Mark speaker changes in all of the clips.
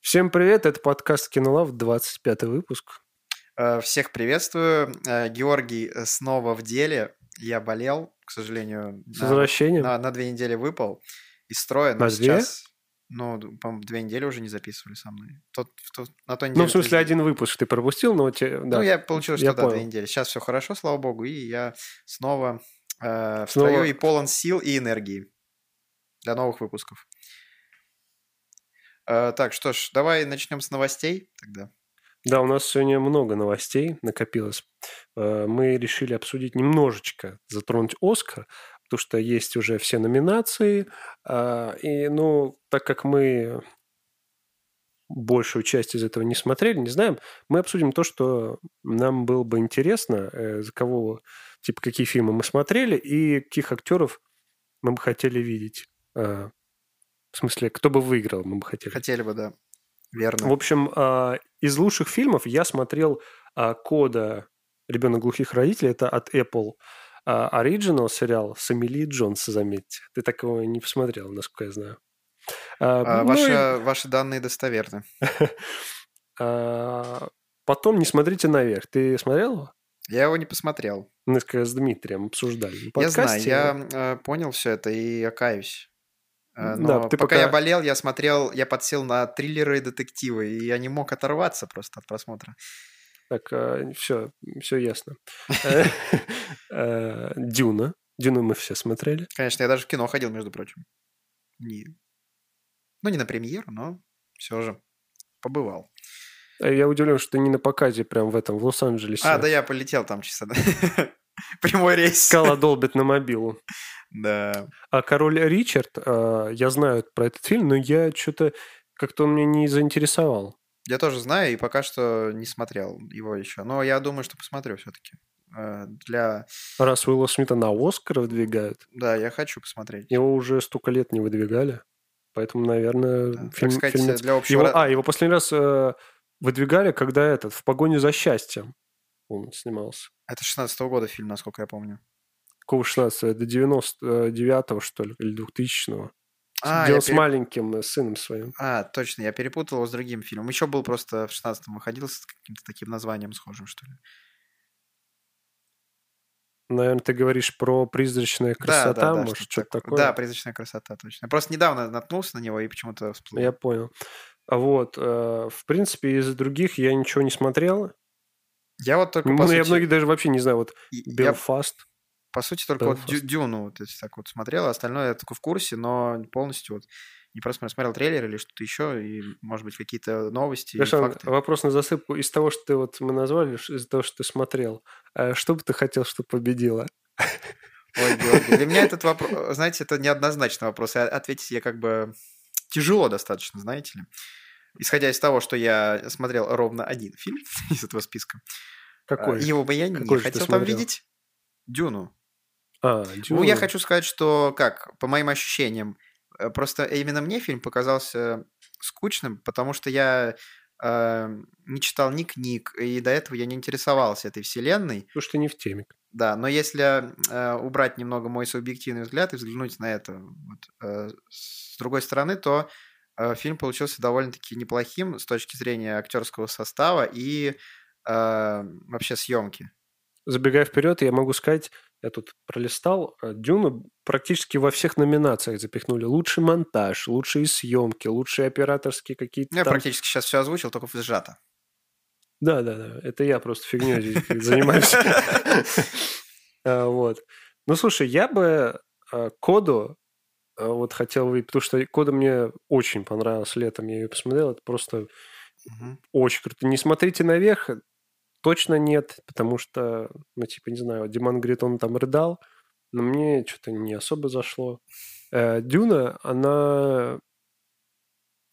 Speaker 1: Всем привет, это подкаст Кинолав, 25 выпуск.
Speaker 2: Э, Всех приветствую. Э, Георгий снова в деле. Я болел, к сожалению.
Speaker 1: С возвращением.
Speaker 2: На, на две недели выпал из строя.
Speaker 1: На
Speaker 2: но
Speaker 1: две?
Speaker 2: сейчас, ну, по-моему, две недели уже не записывали со мной. Тот, в тот- на той неделе...
Speaker 1: Ну, в смысле,
Speaker 2: три-
Speaker 1: один выпуск ты пропустил, но... Те, да.
Speaker 2: Ну, я получил, что
Speaker 1: Я
Speaker 2: да, две
Speaker 1: понял.
Speaker 2: недели. Сейчас все хорошо, слава богу, и я снова, э, в
Speaker 1: Снова-
Speaker 2: строю и полон сил и энергии. До новых выпусков. Э, так, что ж, давай начнем с новостей тогда.
Speaker 1: Да, у нас сегодня много новостей накопилось. Э, Мы решили обсудить немножечко, затронуть «Оскар», потому что есть уже все номинации. А, И, ну, так как мы большую часть из этого не смотрели, не знаем, мы обсудим то, что нам было бы интересно, э, за кого, типа, какие фильмы мы смотрели и каких актеров мы бы хотели видеть. Э, В смысле, кто бы выиграл, мы бы хотели.
Speaker 2: Хотели бы, да. Верно.
Speaker 1: В общем, а, из лучших фильмов я смотрел а, «Кода. Ребенок глухих родителей». Это от Apple а, Original сериал с Эмили Джонс, заметьте. Ты такого не посмотрел, насколько я знаю. А,
Speaker 2: А,
Speaker 1: ну
Speaker 2: ваши,
Speaker 1: и,
Speaker 2: ваши данные достоверны.
Speaker 1: а, потом «Не смотрите наверх». Ты смотрел его?
Speaker 2: Я его не посмотрел.
Speaker 1: Мы с- с Дмитрием обсуждали. на подкасте.
Speaker 2: Я знаю, я э, понял все это и я каюсь. Э,
Speaker 1: Да,
Speaker 2: Но
Speaker 1: ты
Speaker 2: пока,
Speaker 1: пока-
Speaker 2: я болел, я смотрел, я подсел на триллеры и детективы, и я не мог оторваться просто от просмотра.
Speaker 1: Так, все, все ясно. Э, «Дюна». «Дюну» мы все смотрели.
Speaker 2: Конечно, я даже в кино ходил, между прочим. Не... Ну, не на премьеру, но все же побывал.
Speaker 1: Э, Я удивлен, что ты не на показе прям в этом, в Лос-Анджелесе.
Speaker 2: А, да я полетел там часа. да. Прямой рейс.
Speaker 1: Скала долбит на мобилу.
Speaker 2: Да.
Speaker 1: А «Король Ричард», а, я знаю про этот фильм, но я что-то как-то он меня не заинтересовал.
Speaker 2: Я тоже знаю и пока что не смотрел его еще. Но я думаю, что посмотрю все-таки. Для...
Speaker 1: Раз Уилла Смита на «Оскар» выдвигают,
Speaker 2: Да, я хочу посмотреть.
Speaker 1: его уже столько лет не выдвигали, поэтому, наверное,
Speaker 2: Да,
Speaker 1: фильм,
Speaker 2: Э, так сказать,
Speaker 1: фильмец-
Speaker 2: для общего...
Speaker 1: Его,
Speaker 2: ра-
Speaker 1: а, его последний раз э, выдвигали, когда этот, «В погоне за счастьем» он снимался.
Speaker 2: Это 16 года фильм, насколько я помню.
Speaker 1: Какого 16 до 99-го, э, что ли, или 2000-го.
Speaker 2: А,
Speaker 1: Где
Speaker 2: я
Speaker 1: он с
Speaker 2: пере-
Speaker 1: маленьким э, сыном своим.
Speaker 2: а, точно, я перепутал его с другим фильмом. Еще был просто в 16-м выходил с каким-то таким названием схожим, что ли.
Speaker 1: Наверное, ты говоришь про «Призрачная красота»,
Speaker 2: да, да,
Speaker 1: может, что-то такое.
Speaker 2: Да, «Призрачная красота», точно. Я просто недавно наткнулся на него и почему-то всплыл.
Speaker 1: Я понял. А Вот, э, в принципе, из других я ничего не смотрел.
Speaker 2: Я вот только,
Speaker 1: Ну,
Speaker 2: по,
Speaker 1: я
Speaker 2: сути,
Speaker 1: многие даже вообще не знаю. Вот
Speaker 2: и- я,
Speaker 1: Белфаст.
Speaker 2: по сути, только вот
Speaker 1: Белфаст.
Speaker 2: Дю- «Дюну» вот эти так вот смотрел, а остальное я только в курсе, но полностью вот не просто смотрел трейлер или что-то еще, и, может быть, какие-то новости и
Speaker 1: Гошан,
Speaker 2: факты.
Speaker 1: вопрос на засыпку. Из того, что ты вот мы назвали, ш- из того, что ты смотрел, э, что бы ты хотел, чтобы победила?
Speaker 2: Ой, Георгий, для меня этот вопрос, знаете, это неоднозначный вопрос. и о- Ответить я как бы тяжело достаточно, знаете ли. Исходя из того, что я смотрел ровно один фильм из этого списка,
Speaker 1: Какой?
Speaker 2: а, его бы я не
Speaker 1: Какой же ты
Speaker 2: хотел там
Speaker 1: смотрел?
Speaker 2: видеть. Дюну.
Speaker 1: А,
Speaker 2: Ну, я
Speaker 1: «Дюна».
Speaker 2: хочу сказать, что как, по моим ощущениям, э, просто именно мне фильм показался скучным, потому что я э, не читал ни книг, и до этого я не интересовался этой вселенной.
Speaker 1: Потому что не в теме.
Speaker 2: Да, но если э, убрать немного мой субъективный взгляд и взглянуть на это вот, э, с другой стороны, то э, фильм получился довольно-таки неплохим с точки зрения актерского состава и э, вообще съемки.
Speaker 1: Забегая вперед, я могу сказать, я тут пролистал, э, Дюну практически во всех номинациях запихнули. Лучший монтаж, лучшие съемки, лучшие операторские какие-то
Speaker 2: Ну, Я
Speaker 1: там
Speaker 2: практически сейчас все озвучил, только сжато.
Speaker 1: Да, да, да. Это я просто фигней здесь занимаюсь. Э, Вот. Ну, слушай, я бы э, коду э, вот хотел увидеть, потому что кода мне очень понравилась летом, я ее посмотрел, это просто
Speaker 2: Мгм.
Speaker 1: очень круто. Не смотрите наверх, точно нет, потому что, ну, типа, не знаю, Диман говорит, он там рыдал, но мне что-то не особо зашло. Э, Дюна, она...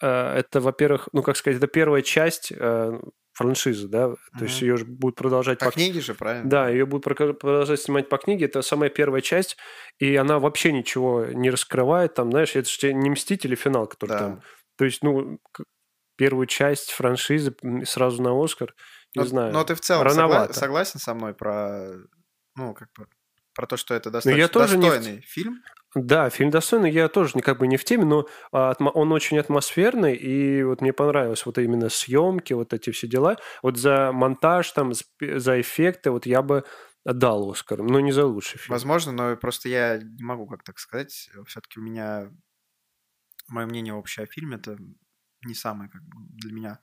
Speaker 1: э, Это, во-первых, ну, как сказать, это первая часть э, франшизы, да, то есть
Speaker 2: Мгм.
Speaker 1: ее же будут продолжать
Speaker 2: По
Speaker 1: по
Speaker 2: книге же, правильно?
Speaker 1: да, ее будут прока- продолжать снимать по книге. Это самая первая часть, и она вообще ничего не раскрывает. Там, знаешь, это же те- не «Мстители» финал, который
Speaker 2: Да.
Speaker 1: там. То есть, ну, к- первую часть франшизы м, сразу на «Оскар». Не
Speaker 2: но,
Speaker 1: знаю.
Speaker 2: но ты в целом согла-
Speaker 1: Рановато.
Speaker 2: согласен со мной про, ну, как бы, про то, что это достаточно
Speaker 1: я тоже не в-
Speaker 2: достойный фильм?
Speaker 1: Да, фильм достойный. Я тоже не- как бы не в теме, но а, атмо- он очень атмосферный, и вот мне понравилось вот именно съемки, вот эти все дела. Вот за монтаж, там, с- за эффекты, вот я бы отдал Оскар, но не за лучший фильм.
Speaker 2: Возможно, но просто я не могу как так сказать. Все-таки у меня мое мнение общее о фильме это не самое как бы, для меня,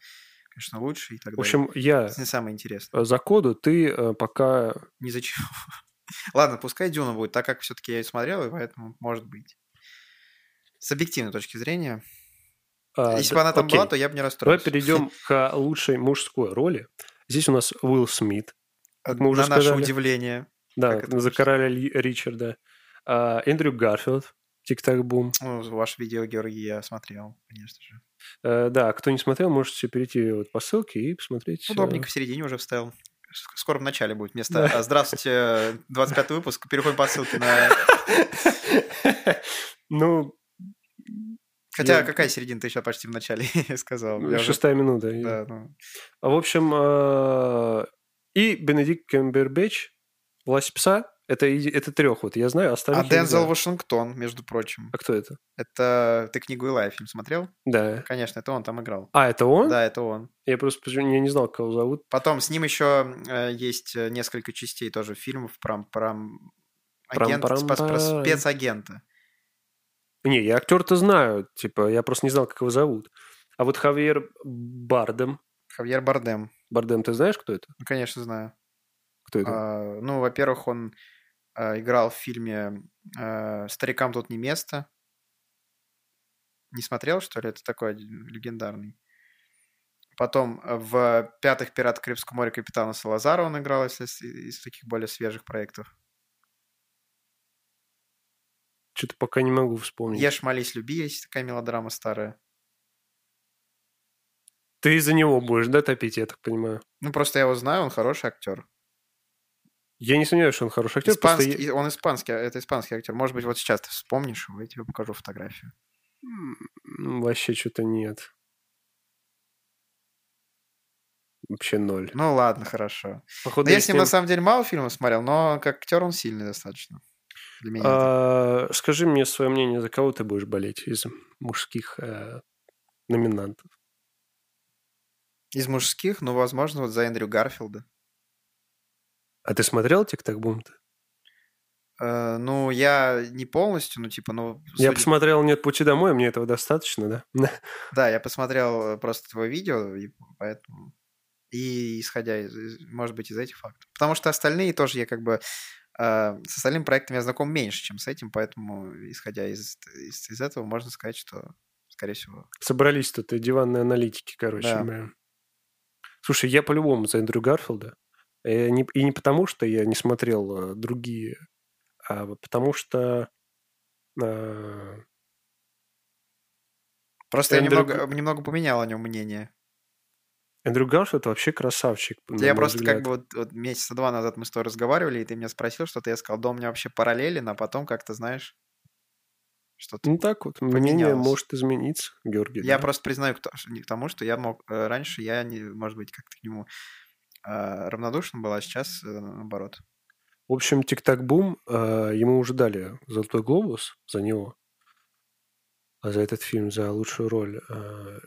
Speaker 2: конечно, лучшее и так
Speaker 1: В общем, я
Speaker 2: далее. Это не самое интересное.
Speaker 1: э, за коду, ты э, пока...
Speaker 2: Ни за чего. Ладно, пускай Дюна будет, так как все-таки я ее смотрел, и поэтому может быть. С объективной точки зрения.
Speaker 1: а,
Speaker 2: Если
Speaker 1: да,
Speaker 2: бы она там
Speaker 1: окей.
Speaker 2: была, то я бы не
Speaker 1: Давай
Speaker 2: расстроился.
Speaker 1: перейдем к а, лучшей мужской роли. Здесь у нас Уилл Смит,
Speaker 2: А,
Speaker 1: мы уже
Speaker 2: На наше
Speaker 1: сказали.
Speaker 2: удивление.
Speaker 1: да,
Speaker 2: Как это
Speaker 1: за
Speaker 2: может-
Speaker 1: короля Ли- Ричарда, а, Эндрю Гарфилд, Тик-так-бум,
Speaker 2: Ну, ваше видео, Георгий, я смотрел, конечно же.
Speaker 1: Э, Да, кто не смотрел, можете перейти вот по ссылке и посмотреть. э,
Speaker 2: Удобненько в середине уже вставил. Ск- Скоро в начале будет место. А, Здравствуйте, 25 выпуск. Переходим по ссылке на...
Speaker 1: Ну,
Speaker 2: Хотя
Speaker 1: Я- Ну,
Speaker 2: какая середина? Ты сейчас почти в начале сказал. Я уже-
Speaker 1: шестая минута.
Speaker 2: Да, ну,
Speaker 1: А, В общем, э, и Бенедикт Кембербэтч, «Власть пса», это, и- это трех вот, я знаю,
Speaker 2: А
Speaker 1: остальных я не
Speaker 2: Дензел
Speaker 1: знаю.
Speaker 2: Вашингтон, между прочим.
Speaker 1: А кто это?
Speaker 2: Это... Ты книгу Илая фильм смотрел?
Speaker 1: Да.
Speaker 2: Конечно, это он там играл.
Speaker 1: А, это он?
Speaker 2: Да, это он.
Speaker 1: Я просто почему- я не знал, кого зовут.
Speaker 2: Потом с ним еще э, есть э, несколько частей тоже фильмов про, про агент-
Speaker 1: Прам-прам-пам.
Speaker 2: про- про спецагента.
Speaker 1: Не, я актер-то знаю, типа, я просто не знал, как его зовут. А вот Хавьер Бардем,
Speaker 2: Хавьер Бардем.
Speaker 1: Бардем, ты знаешь, кто это?
Speaker 2: Ну, конечно, знаю.
Speaker 1: Кто это?
Speaker 2: А, ну, во-первых, он а, играл в фильме а, «Старикам тут не место». Не смотрел, что ли? Это такой один легендарный. Потом а, в «Пятых пиратах Карибского моря» капитана Салазара он играл, если с- из таких более свежих проектов.
Speaker 1: Что-то пока не могу вспомнить.
Speaker 2: «Ешь, молись, люби» есть такая мелодрама старая.
Speaker 1: Ты из-за него будешь, да, топить, я так понимаю?
Speaker 2: Ну, просто я его знаю, он хороший актер.
Speaker 1: Я не сомневаюсь, что он хороший актер. просто
Speaker 2: Испанский-
Speaker 1: я-
Speaker 2: Он испанский, а, это испанский актер. Может быть, вот сейчас ты вспомнишь его, я тебе покажу фотографию.
Speaker 1: М, Вообще что-то нет. Вообще ноль.
Speaker 2: Ну, ладно, хорошо.
Speaker 1: Походу,
Speaker 2: Ну, я
Speaker 1: я
Speaker 2: с ним, на самом деле, мало фильмов смотрел, но как актер он сильный достаточно. Для меня. это.
Speaker 1: А, Скажи мне свое мнение, за кого ты будешь болеть из мужских э, номинантов?
Speaker 2: Из мужских, ну, возможно, вот за Эндрю Гарфилда.
Speaker 1: А ты смотрел «Тик-так-бум»-то?
Speaker 2: Э, ну, я не полностью, ну, типа, ну...
Speaker 1: Я
Speaker 2: судя-
Speaker 1: посмотрел «Нет пути домой», мне этого достаточно, да?
Speaker 2: Да, я посмотрел э, просто твое видео, и поэтому... И исходя, из, из- может быть, из этих фактов. Потому что остальные тоже я как бы... э, с остальным проектом я знаком меньше, чем с этим, поэтому, исходя из, из, из этого, можно сказать, что, скорее всего...
Speaker 1: Собрались тут и диванные аналитики, короче.
Speaker 2: Да.
Speaker 1: блин. Слушай, я по-любому за Эндрю Гарфилда. Э, не- И не потому, что я не смотрел э, другие, а потому что... э,
Speaker 2: Просто я
Speaker 1: Эндрю
Speaker 2: немного, немного поменял о нем мнение.
Speaker 1: Эндрю Гарфилд вообще красавчик. на
Speaker 2: Я
Speaker 1: мой
Speaker 2: просто
Speaker 1: взгляд.
Speaker 2: как бы вот, вот месяца два назад мы с тобой разговаривали, и ты меня спросил что-то, я сказал, да, у меня вообще параллелен, а потом как-то, знаешь, что-то...
Speaker 1: Ну так вот, мнение
Speaker 2: поменялось.
Speaker 1: может измениться, Георгий.
Speaker 2: я
Speaker 1: да.
Speaker 2: просто признаю к то- не к тому, что я мог... э, Раньше я, не, может быть, как-то к нему э, равнодушен был, а сейчас э, наоборот.
Speaker 1: В общем, Тик-Так-Бум, э, ему уже дали «Золотой глобус» за него, а за этот фильм, за лучшую роль. Э,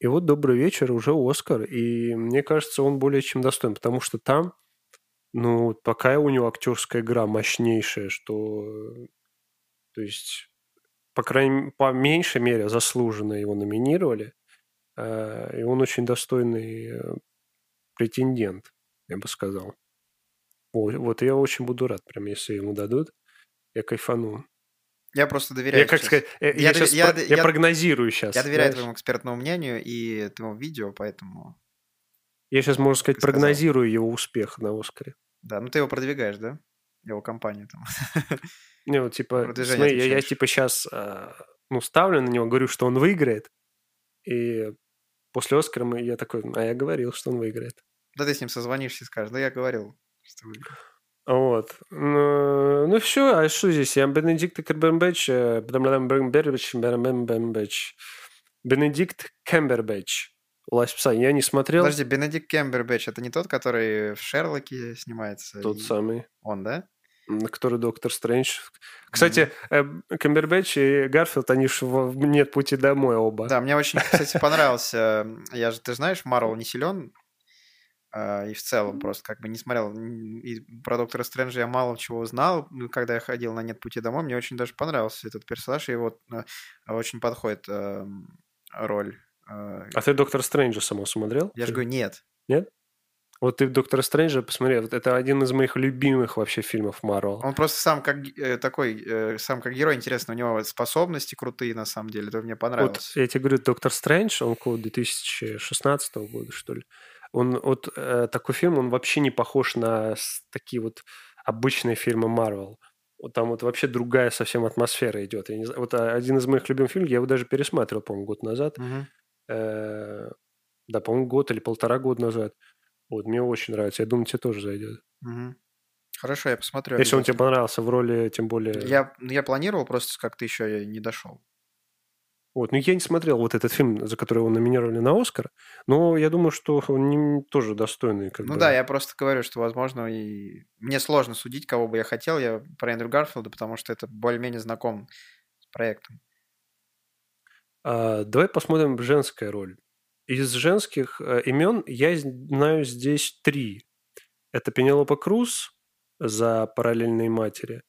Speaker 1: И вот «Добрый вечер» уже «Оскар», и мне кажется, он более чем достоин, потому что там, ну, вот пока у него актерская игра мощнейшая, что, э, то есть, по крайней по меньшей мере, заслуженно его номинировали, э, и он очень достойный э, претендент, я бы сказал. О, Вот я очень буду рад, прям если ему дадут. Я кайфану.
Speaker 2: Я просто доверяю
Speaker 1: Я как
Speaker 2: сейчас.
Speaker 1: сказать, э, я,
Speaker 2: Я
Speaker 1: я
Speaker 2: дов-
Speaker 1: щас
Speaker 2: я
Speaker 1: про-
Speaker 2: д-
Speaker 1: я
Speaker 2: я-
Speaker 1: прогнозирую сейчас.
Speaker 2: Я доверяю твоему экспертному мнению и твоему видео, поэтому...
Speaker 1: Я сейчас, можно сказать,
Speaker 2: Ты сказал.
Speaker 1: прогнозирую его успех на Оскаре.
Speaker 2: Да, ну ты его продвигаешь, да? Его компанию там.
Speaker 1: Не, вот типа,
Speaker 2: Продвижение
Speaker 1: смотри, я, я,
Speaker 2: отвечаешь.
Speaker 1: типа сейчас ну, ставлю на него, говорю, что он выиграет. И после Оскара мы- я такой, а я говорил, что он выиграет.
Speaker 2: Да ты с ним созвонишься и скажешь, да я говорил, что вы-
Speaker 1: Вот. Ну, ну все, а что здесь? Я Бенедикт Камбербэтч. э, Бэмбэмбэмбэрбэч, бэмбэмбэмбэч. Бенедикт Камбербэтч. Власть пса. Я не смотрел
Speaker 2: Подожди, Бенедикт Кембербэтч, это не тот, который в Шерлоке снимается?
Speaker 1: тот
Speaker 2: и-
Speaker 1: самый.
Speaker 2: Он, да?
Speaker 1: который Доктор Стрэндж. Кстати, э, Камбербэтч и Гарфилд, они же нет пути домой оба.
Speaker 2: Да, мне очень, кстати, понравился. Я же, ты знаешь, Марвел не силен. э, И в целом просто как бы не смотрел. И про Доктора Стрэнджа я мало чего знал. Ну, Когда я ходил на «Нет пути домой», мне очень даже понравился этот персонаж. И вот э, очень подходит э, роль. Э,
Speaker 1: А ты Доктор Стрэнджа само смотрел?
Speaker 2: Я же
Speaker 1: Ты-
Speaker 2: говорю, нет.
Speaker 1: Вот ты Доктора Стрэнджа посмотри, вот это один из моих любимых вообще фильмов Марвел.
Speaker 2: Он просто сам как ге- э, такой, э, сам как герой, интересно, у него вот способности крутые на самом деле, это мне
Speaker 1: Вот
Speaker 2: понравилось.
Speaker 1: я тебе говорю, Доктор Стрэндж, он около 2016 года, что ли. Он вот э, такой фильм, он вообще не похож на с- такие вот обычные фильмы Марвел. Вот там вот вообще другая совсем атмосфера идет. Я не знаю, вот а, один из моих любимых фильмов, я его даже пересматривал, по-моему, год назад.
Speaker 2: Мгм.
Speaker 1: Э, да, по-моему, год или полтора года назад. Вот, мне очень нравится. Я думаю, тебе тоже зайдет.
Speaker 2: Мгм. Хорошо, я посмотрю.
Speaker 1: Если он тебе
Speaker 2: обязательно.
Speaker 1: понравился в роли, тем более...
Speaker 2: Я, ну, я планировал, просто как-то еще не дошел.
Speaker 1: Вот, ну я не смотрел вот этот фильм, за который его номинировали на Оскар, но я думаю, что он не- тоже достойный. Как
Speaker 2: Ну
Speaker 1: бы.
Speaker 2: да, я просто говорю, что, возможно, и мне сложно судить, кого бы я хотел. Я про Эндрю Гарфилда, потому что это более-менее знаком с проектом.
Speaker 1: А, давай посмотрим женская роль. Из женских э, имен я знаю здесь три. Это Пенелопа Круз за «Параллельные матери»,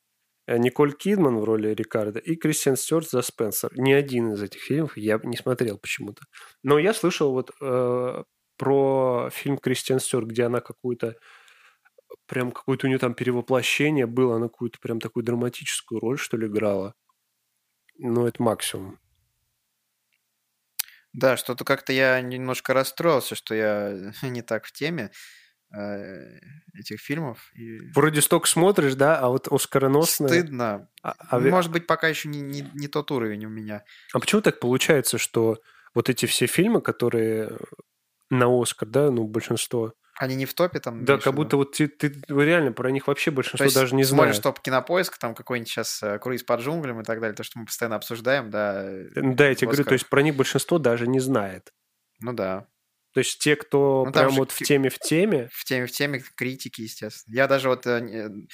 Speaker 1: э, Николь Кидман в роли Рикардо и Кристиан Стюарт за Спенсер. Ни один из этих фильмов я не смотрел почему-то. Но я слышал вот э, про фильм Кристиан Стюарт, где она какую-то прям какое-то у нее там перевоплощение было, она какую-то прям такую драматическую роль, что ли, играла. Но это максимум.
Speaker 2: Да, что-то как-то я немножко расстроился, что я не так в теме э, этих фильмов. И
Speaker 1: Вроде столько смотришь, да, а вот оскароносные...
Speaker 2: Стыдно.
Speaker 1: А, а ви-
Speaker 2: Может быть, пока еще не, не, не тот уровень у меня.
Speaker 1: а почему так получается, что вот эти все фильмы, которые на Оскар, да, ну, большинство...
Speaker 2: Они не в топе там.
Speaker 1: да,
Speaker 2: имеешь в
Speaker 1: как
Speaker 2: виду?
Speaker 1: будто вот ты, ты реально про них вообще
Speaker 2: То
Speaker 1: большинство
Speaker 2: есть
Speaker 1: даже не
Speaker 2: смотришь
Speaker 1: знаешь.
Speaker 2: топ кинопоиск, там какой-нибудь сейчас круиз по джунглям и так далее, то, что мы постоянно обсуждаем, да. э,
Speaker 1: Да, я
Speaker 2: в
Speaker 1: тебе говорю, то
Speaker 2: Оскарах.
Speaker 1: есть про них большинство даже не знает.
Speaker 2: Ну да.
Speaker 1: То есть те, кто
Speaker 2: Ну, там
Speaker 1: прям
Speaker 2: же
Speaker 1: вот в
Speaker 2: ки-
Speaker 1: теме в теме,
Speaker 2: В теме, в теме критики, естественно. Я даже вот э, не-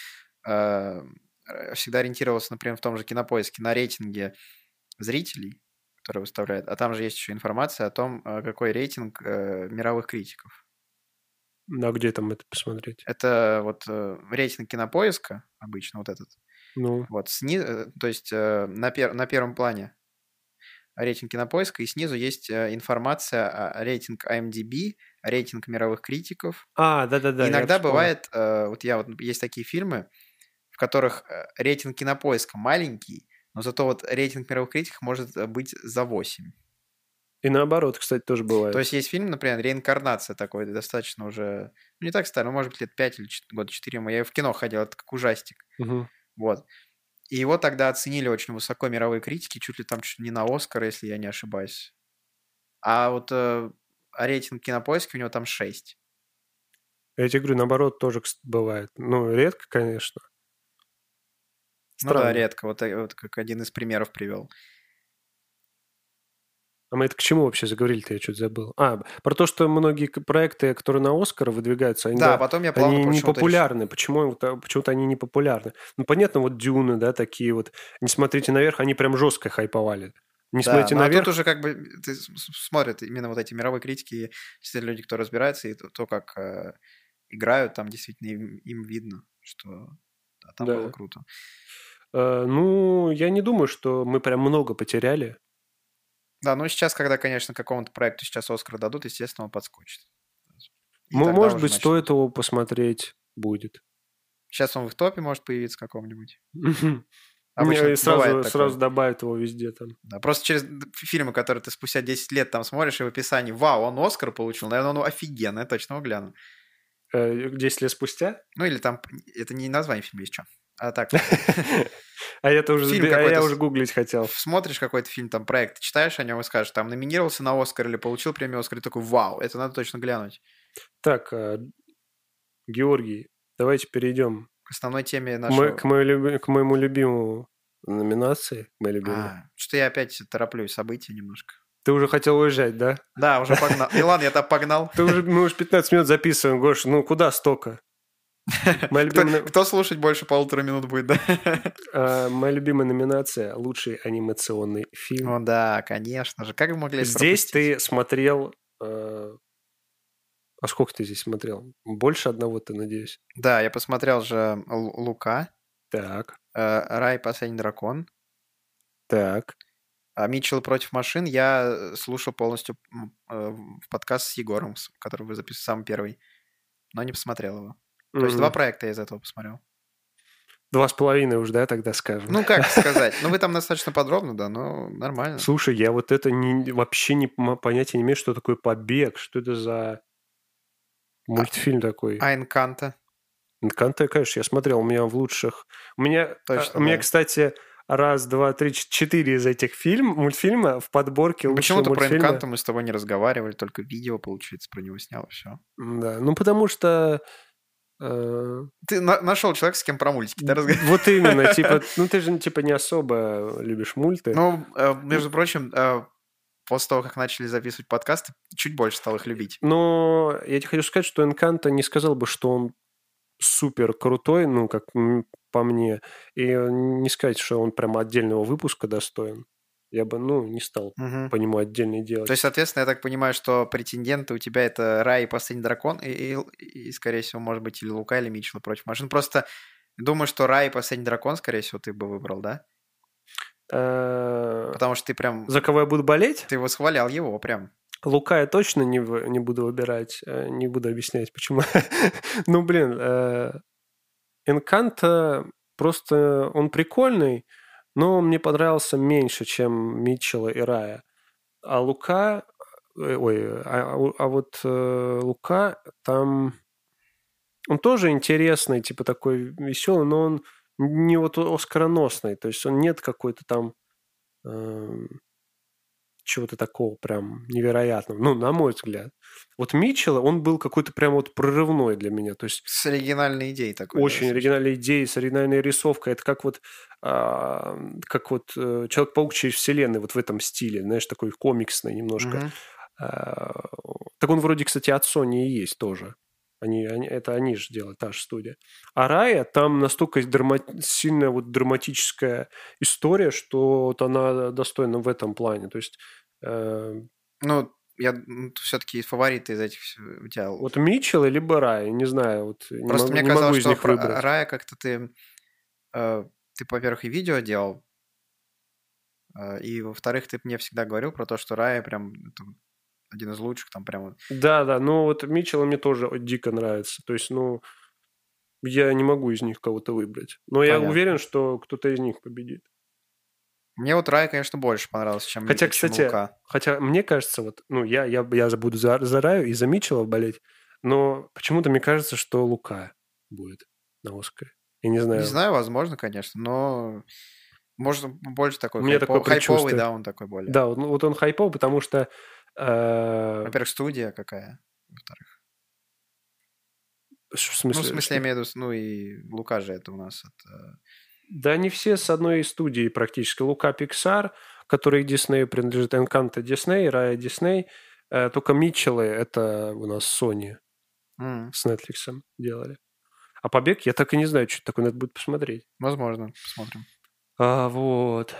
Speaker 2: э, э, всегда ориентировался, например, в том же кинопоиске на рейтинге зрителей, которые выставляют. А там же есть еще информация о том, э, какой рейтинг э, мировых критиков.
Speaker 1: да, где там это посмотреть?
Speaker 2: Это вот э, рейтинг кинопоиска, обычно вот этот.
Speaker 1: Ну,
Speaker 2: Вот, сни... э, то есть э, на, пер... на первом плане рейтинг кинопоиска, и снизу есть э, информация о рейтинг IMDb, рейтинг мировых критиков.
Speaker 1: а, да-да-да. я
Speaker 2: Иногда
Speaker 1: вспомнил.
Speaker 2: бывает, э, вот я вот, есть такие фильмы, в которых э, рейтинг кинопоиска маленький, но зато вот рейтинг мировых критиков может э, быть за 8.
Speaker 1: И наоборот, кстати, тоже бывает.
Speaker 2: То есть есть фильм, например, «Реинкарнация» такой, достаточно уже, ну не так старый, ну, может быть, лет 5 или чет- года 4, я его в кино ходил, это как ужастик.
Speaker 1: Мгм.
Speaker 2: Вот. И его тогда оценили очень высоко мировые критики, чуть ли там чуть не на Оскар, если я не ошибаюсь. А вот э, а рейтинг кинопоиска у него там 6.
Speaker 1: Я тебе говорю, наоборот, тоже кс- бывает. Ну, редко, конечно.
Speaker 2: Ну
Speaker 1: Странно.
Speaker 2: да, редко. Вот, э, вот как один из примеров привел.
Speaker 1: А мы это к чему вообще заговорили-то? Я что-то забыл. А, про то, что многие к- проекты, которые на Оскар выдвигаются, они,
Speaker 2: да,
Speaker 1: да,
Speaker 2: потом я плавно
Speaker 1: они не
Speaker 2: почему-то
Speaker 1: популярны. Почему, это- почему-то они не популярны? Ну, понятно, вот Дюны, да, такие вот. Не смотрите наверх, они прям жестко хайповали. Не
Speaker 2: решил- Да,
Speaker 1: смотрите
Speaker 2: ну а
Speaker 1: наверх.
Speaker 2: тут уже как бы ты с- с- смотрят именно вот эти мировые критики, и действительно люди, кто разбирается, и то, то, как э, играют, там действительно им, им видно, что да, там
Speaker 1: Да.
Speaker 2: было круто.
Speaker 1: Э, ну, я не думаю, что мы прям много потеряли.
Speaker 2: Да, ну сейчас, когда, конечно, какому-то проекту сейчас Оскар дадут, естественно, он подскочит. И
Speaker 1: М-
Speaker 2: тогда
Speaker 1: Может
Speaker 2: уже
Speaker 1: быть,
Speaker 2: начнут.
Speaker 1: стоит его посмотреть будет.
Speaker 2: Сейчас он в топе может появиться каком-нибудь. Обычно
Speaker 1: И
Speaker 2: бывает
Speaker 1: сразу,
Speaker 2: такое.
Speaker 1: сразу добавят его везде там.
Speaker 2: Да, просто через д- фильмы, которые ты спустя 10 лет там смотришь, и в описании «Вау, он Оскар получил!» Наверное, он офигенно, я точно его гляну.
Speaker 1: Э, 10 лет спустя.
Speaker 2: Ну или там... Это не название фильма еще. А так,
Speaker 1: А я-то уже,
Speaker 2: Фильм
Speaker 1: заби- а я
Speaker 2: какой-то с-
Speaker 1: уже гуглить хотел.
Speaker 2: смотришь какой-то фильм, там, проект, читаешь о нем и скажешь, там, номинировался на Оскар или получил премию Оскар, и такой «Вау, это надо точно глянуть!»
Speaker 1: Так, э, Георгий, давайте перейдем
Speaker 2: К основной теме
Speaker 1: к,
Speaker 2: нашего...
Speaker 1: мо- к моей люби- к моему любимому номинации. Моей любимой.
Speaker 2: А, что я опять тороплю события немножко.
Speaker 1: Ты уже хотел уезжать, да?
Speaker 2: Да, уже погнал. И ладно, я там погнал.
Speaker 1: Ты уже, мы уже 15 минут записываем, Гош, ну куда столько? Моя любимая,
Speaker 2: Кто слушать больше полутора минут будет, да?
Speaker 1: а, моя любимая номинация – лучший анимационный фильм.
Speaker 2: Ну да, конечно же. Как вы могли это
Speaker 1: Здесь
Speaker 2: пропустить?
Speaker 1: ты смотрел... э, А сколько ты здесь смотрел? Больше одного, ты надеюсь?
Speaker 2: Да, я посмотрел же Лу- Лука,
Speaker 1: Так,
Speaker 2: э, Рай, Последний дракон,
Speaker 1: так.
Speaker 2: а Митчелл против машин я э, слушал полностью м, э, в подкаст с Егором, с- который вы записывали самый первый, но не посмотрел его. То есть
Speaker 1: Мгм.
Speaker 2: два проекта я из этого посмотрел.
Speaker 1: Два с половиной уже, да, тогда скажем.
Speaker 2: Ну, как сказать? Ну, вы там достаточно подробно, да, но нормально.
Speaker 1: Слушай, я вот это не- вообще не, м- понятия не имею, что такое побег, что это за мультфильм такой.
Speaker 2: А Энканта?
Speaker 1: Канте, конечно, я смотрел, у меня в лучших. У меня,
Speaker 2: Точно,
Speaker 1: а, у меня
Speaker 2: да.
Speaker 1: кстати, раз, два, три, ч- четыре из этих фильм, мультфильма в подборке лучшего
Speaker 2: Почему-то про
Speaker 1: мультфильма.
Speaker 2: Энканта мы с тобой не разговаривали, только видео, получается, про него снял, и все.
Speaker 1: Да, ну потому что... э,
Speaker 2: Ты на- нашел человека, с кем про мультики, да, разговаривал?
Speaker 1: вот именно, типа, ну ты же типа не особо любишь мульты.
Speaker 2: Ну, э, между прочим, э, после того, как начали записывать подкасты, чуть больше стал их любить.
Speaker 1: Но я тебе хочу сказать, что Энканта не сказал бы, что он супер крутой, ну, как м, по мне, и не сказать, что он прямо отдельного выпуска достоин. Я бы, ну, не стал
Speaker 2: Мгм.
Speaker 1: по нему отдельный делать.
Speaker 2: То есть, соответственно, я так понимаю, что претенденты у тебя это Рай и Последний Дракон, и, и- и, скорее всего, может быть, или Лука, или Митчелл против машин. Просто думаю, что Рай и Последний Дракон, скорее всего, ты бы выбрал, да?
Speaker 1: Э,
Speaker 2: Потому что ты прям...
Speaker 1: За кого я буду болеть?
Speaker 2: Ты восхвалял его прям.
Speaker 1: Лука я точно не, в- не буду выбирать, э, не буду объяснять, почему. ну, блин, э, Энканта просто, он прикольный, но он мне понравился меньше, чем Митчелла и Рая. А Лука, э, ой, а, а- а вот э, Лука там, он тоже интересный, типа такой веселый, но он не вот оскароносный, то есть он нет какой-то там эм, чего-то такого прям невероятного, ну, на мой взгляд. Вот Митчелла, он был какой-то прям вот прорывной для меня, то есть
Speaker 2: С оригинальной идеей такой. да,
Speaker 1: очень
Speaker 2: с-
Speaker 1: оригинальная идея, с оригинальной рисовкой. Это как вот, а, как вот э, Человек-паук через вселенную, вот в этом стиле, знаешь, такой комиксный немножко.
Speaker 2: Мгм.
Speaker 1: А, так он вроде, кстати, от Sony и есть тоже. Они, они- это они же делают, та же студия. А Рая, там настолько драма- сильная вот драматическая история, что вот она достойна в этом плане. То есть э,
Speaker 2: Ну, я все-таки фавориты из этих всё- у тебя.
Speaker 1: вот Митчелл либо Рая, не знаю, вот не
Speaker 2: Просто
Speaker 1: могу-
Speaker 2: мне
Speaker 1: не могу
Speaker 2: казалось,
Speaker 1: из
Speaker 2: что
Speaker 1: них
Speaker 2: про э,
Speaker 1: выбрать.
Speaker 2: Рая как-то ты... э, Ты, во-первых, и видео делал, э, и, во-вторых, ты мне всегда говорил про то, что Рая прям это один из лучших, там прям... вот.
Speaker 1: Да, да, но вот Митчелла мне тоже дико нравится. То есть, ну, я не могу из них кого-то выбрать. Но я
Speaker 2: Понятно.
Speaker 1: уверен, что кто-то из них победит.
Speaker 2: Мне вот Рая, конечно, больше понравился, чем,
Speaker 1: Хотя,
Speaker 2: чем
Speaker 1: кстати,
Speaker 2: Лука.
Speaker 1: Хотя, мне кажется, вот, ну, я, я, я забуду за, за Раю и за Митчелла болеть, но почему-то мне кажется, что Лука будет на Оскаре. Я не знаю.
Speaker 2: Не знаю, возможно, конечно, но... Может, больше такой
Speaker 1: У меня
Speaker 2: хайпо-
Speaker 1: такое
Speaker 2: хайповый,
Speaker 1: предчувствие.
Speaker 2: да, он такой более.
Speaker 1: Да, вот, ну, вот он хайповый, потому что... э,
Speaker 2: Во-первых, студия какая. Во-вторых.
Speaker 1: ш- в
Speaker 2: Ну,
Speaker 1: смысле,
Speaker 2: в смысле,
Speaker 1: что-
Speaker 2: я имею в виду, ну и Лука же это у нас. от, э,
Speaker 1: Да, не все с одной студии практически. Лука Пиксар, который Диснею принадлежит, Энканта Дисней, Рая Дисней. Э, Только Митчеллы это у нас Sony
Speaker 2: м,
Speaker 1: с Netflix делали. А «Побег» я так и не знаю, что это такое, надо будет посмотреть.
Speaker 2: Возможно, посмотрим.
Speaker 1: А, вот.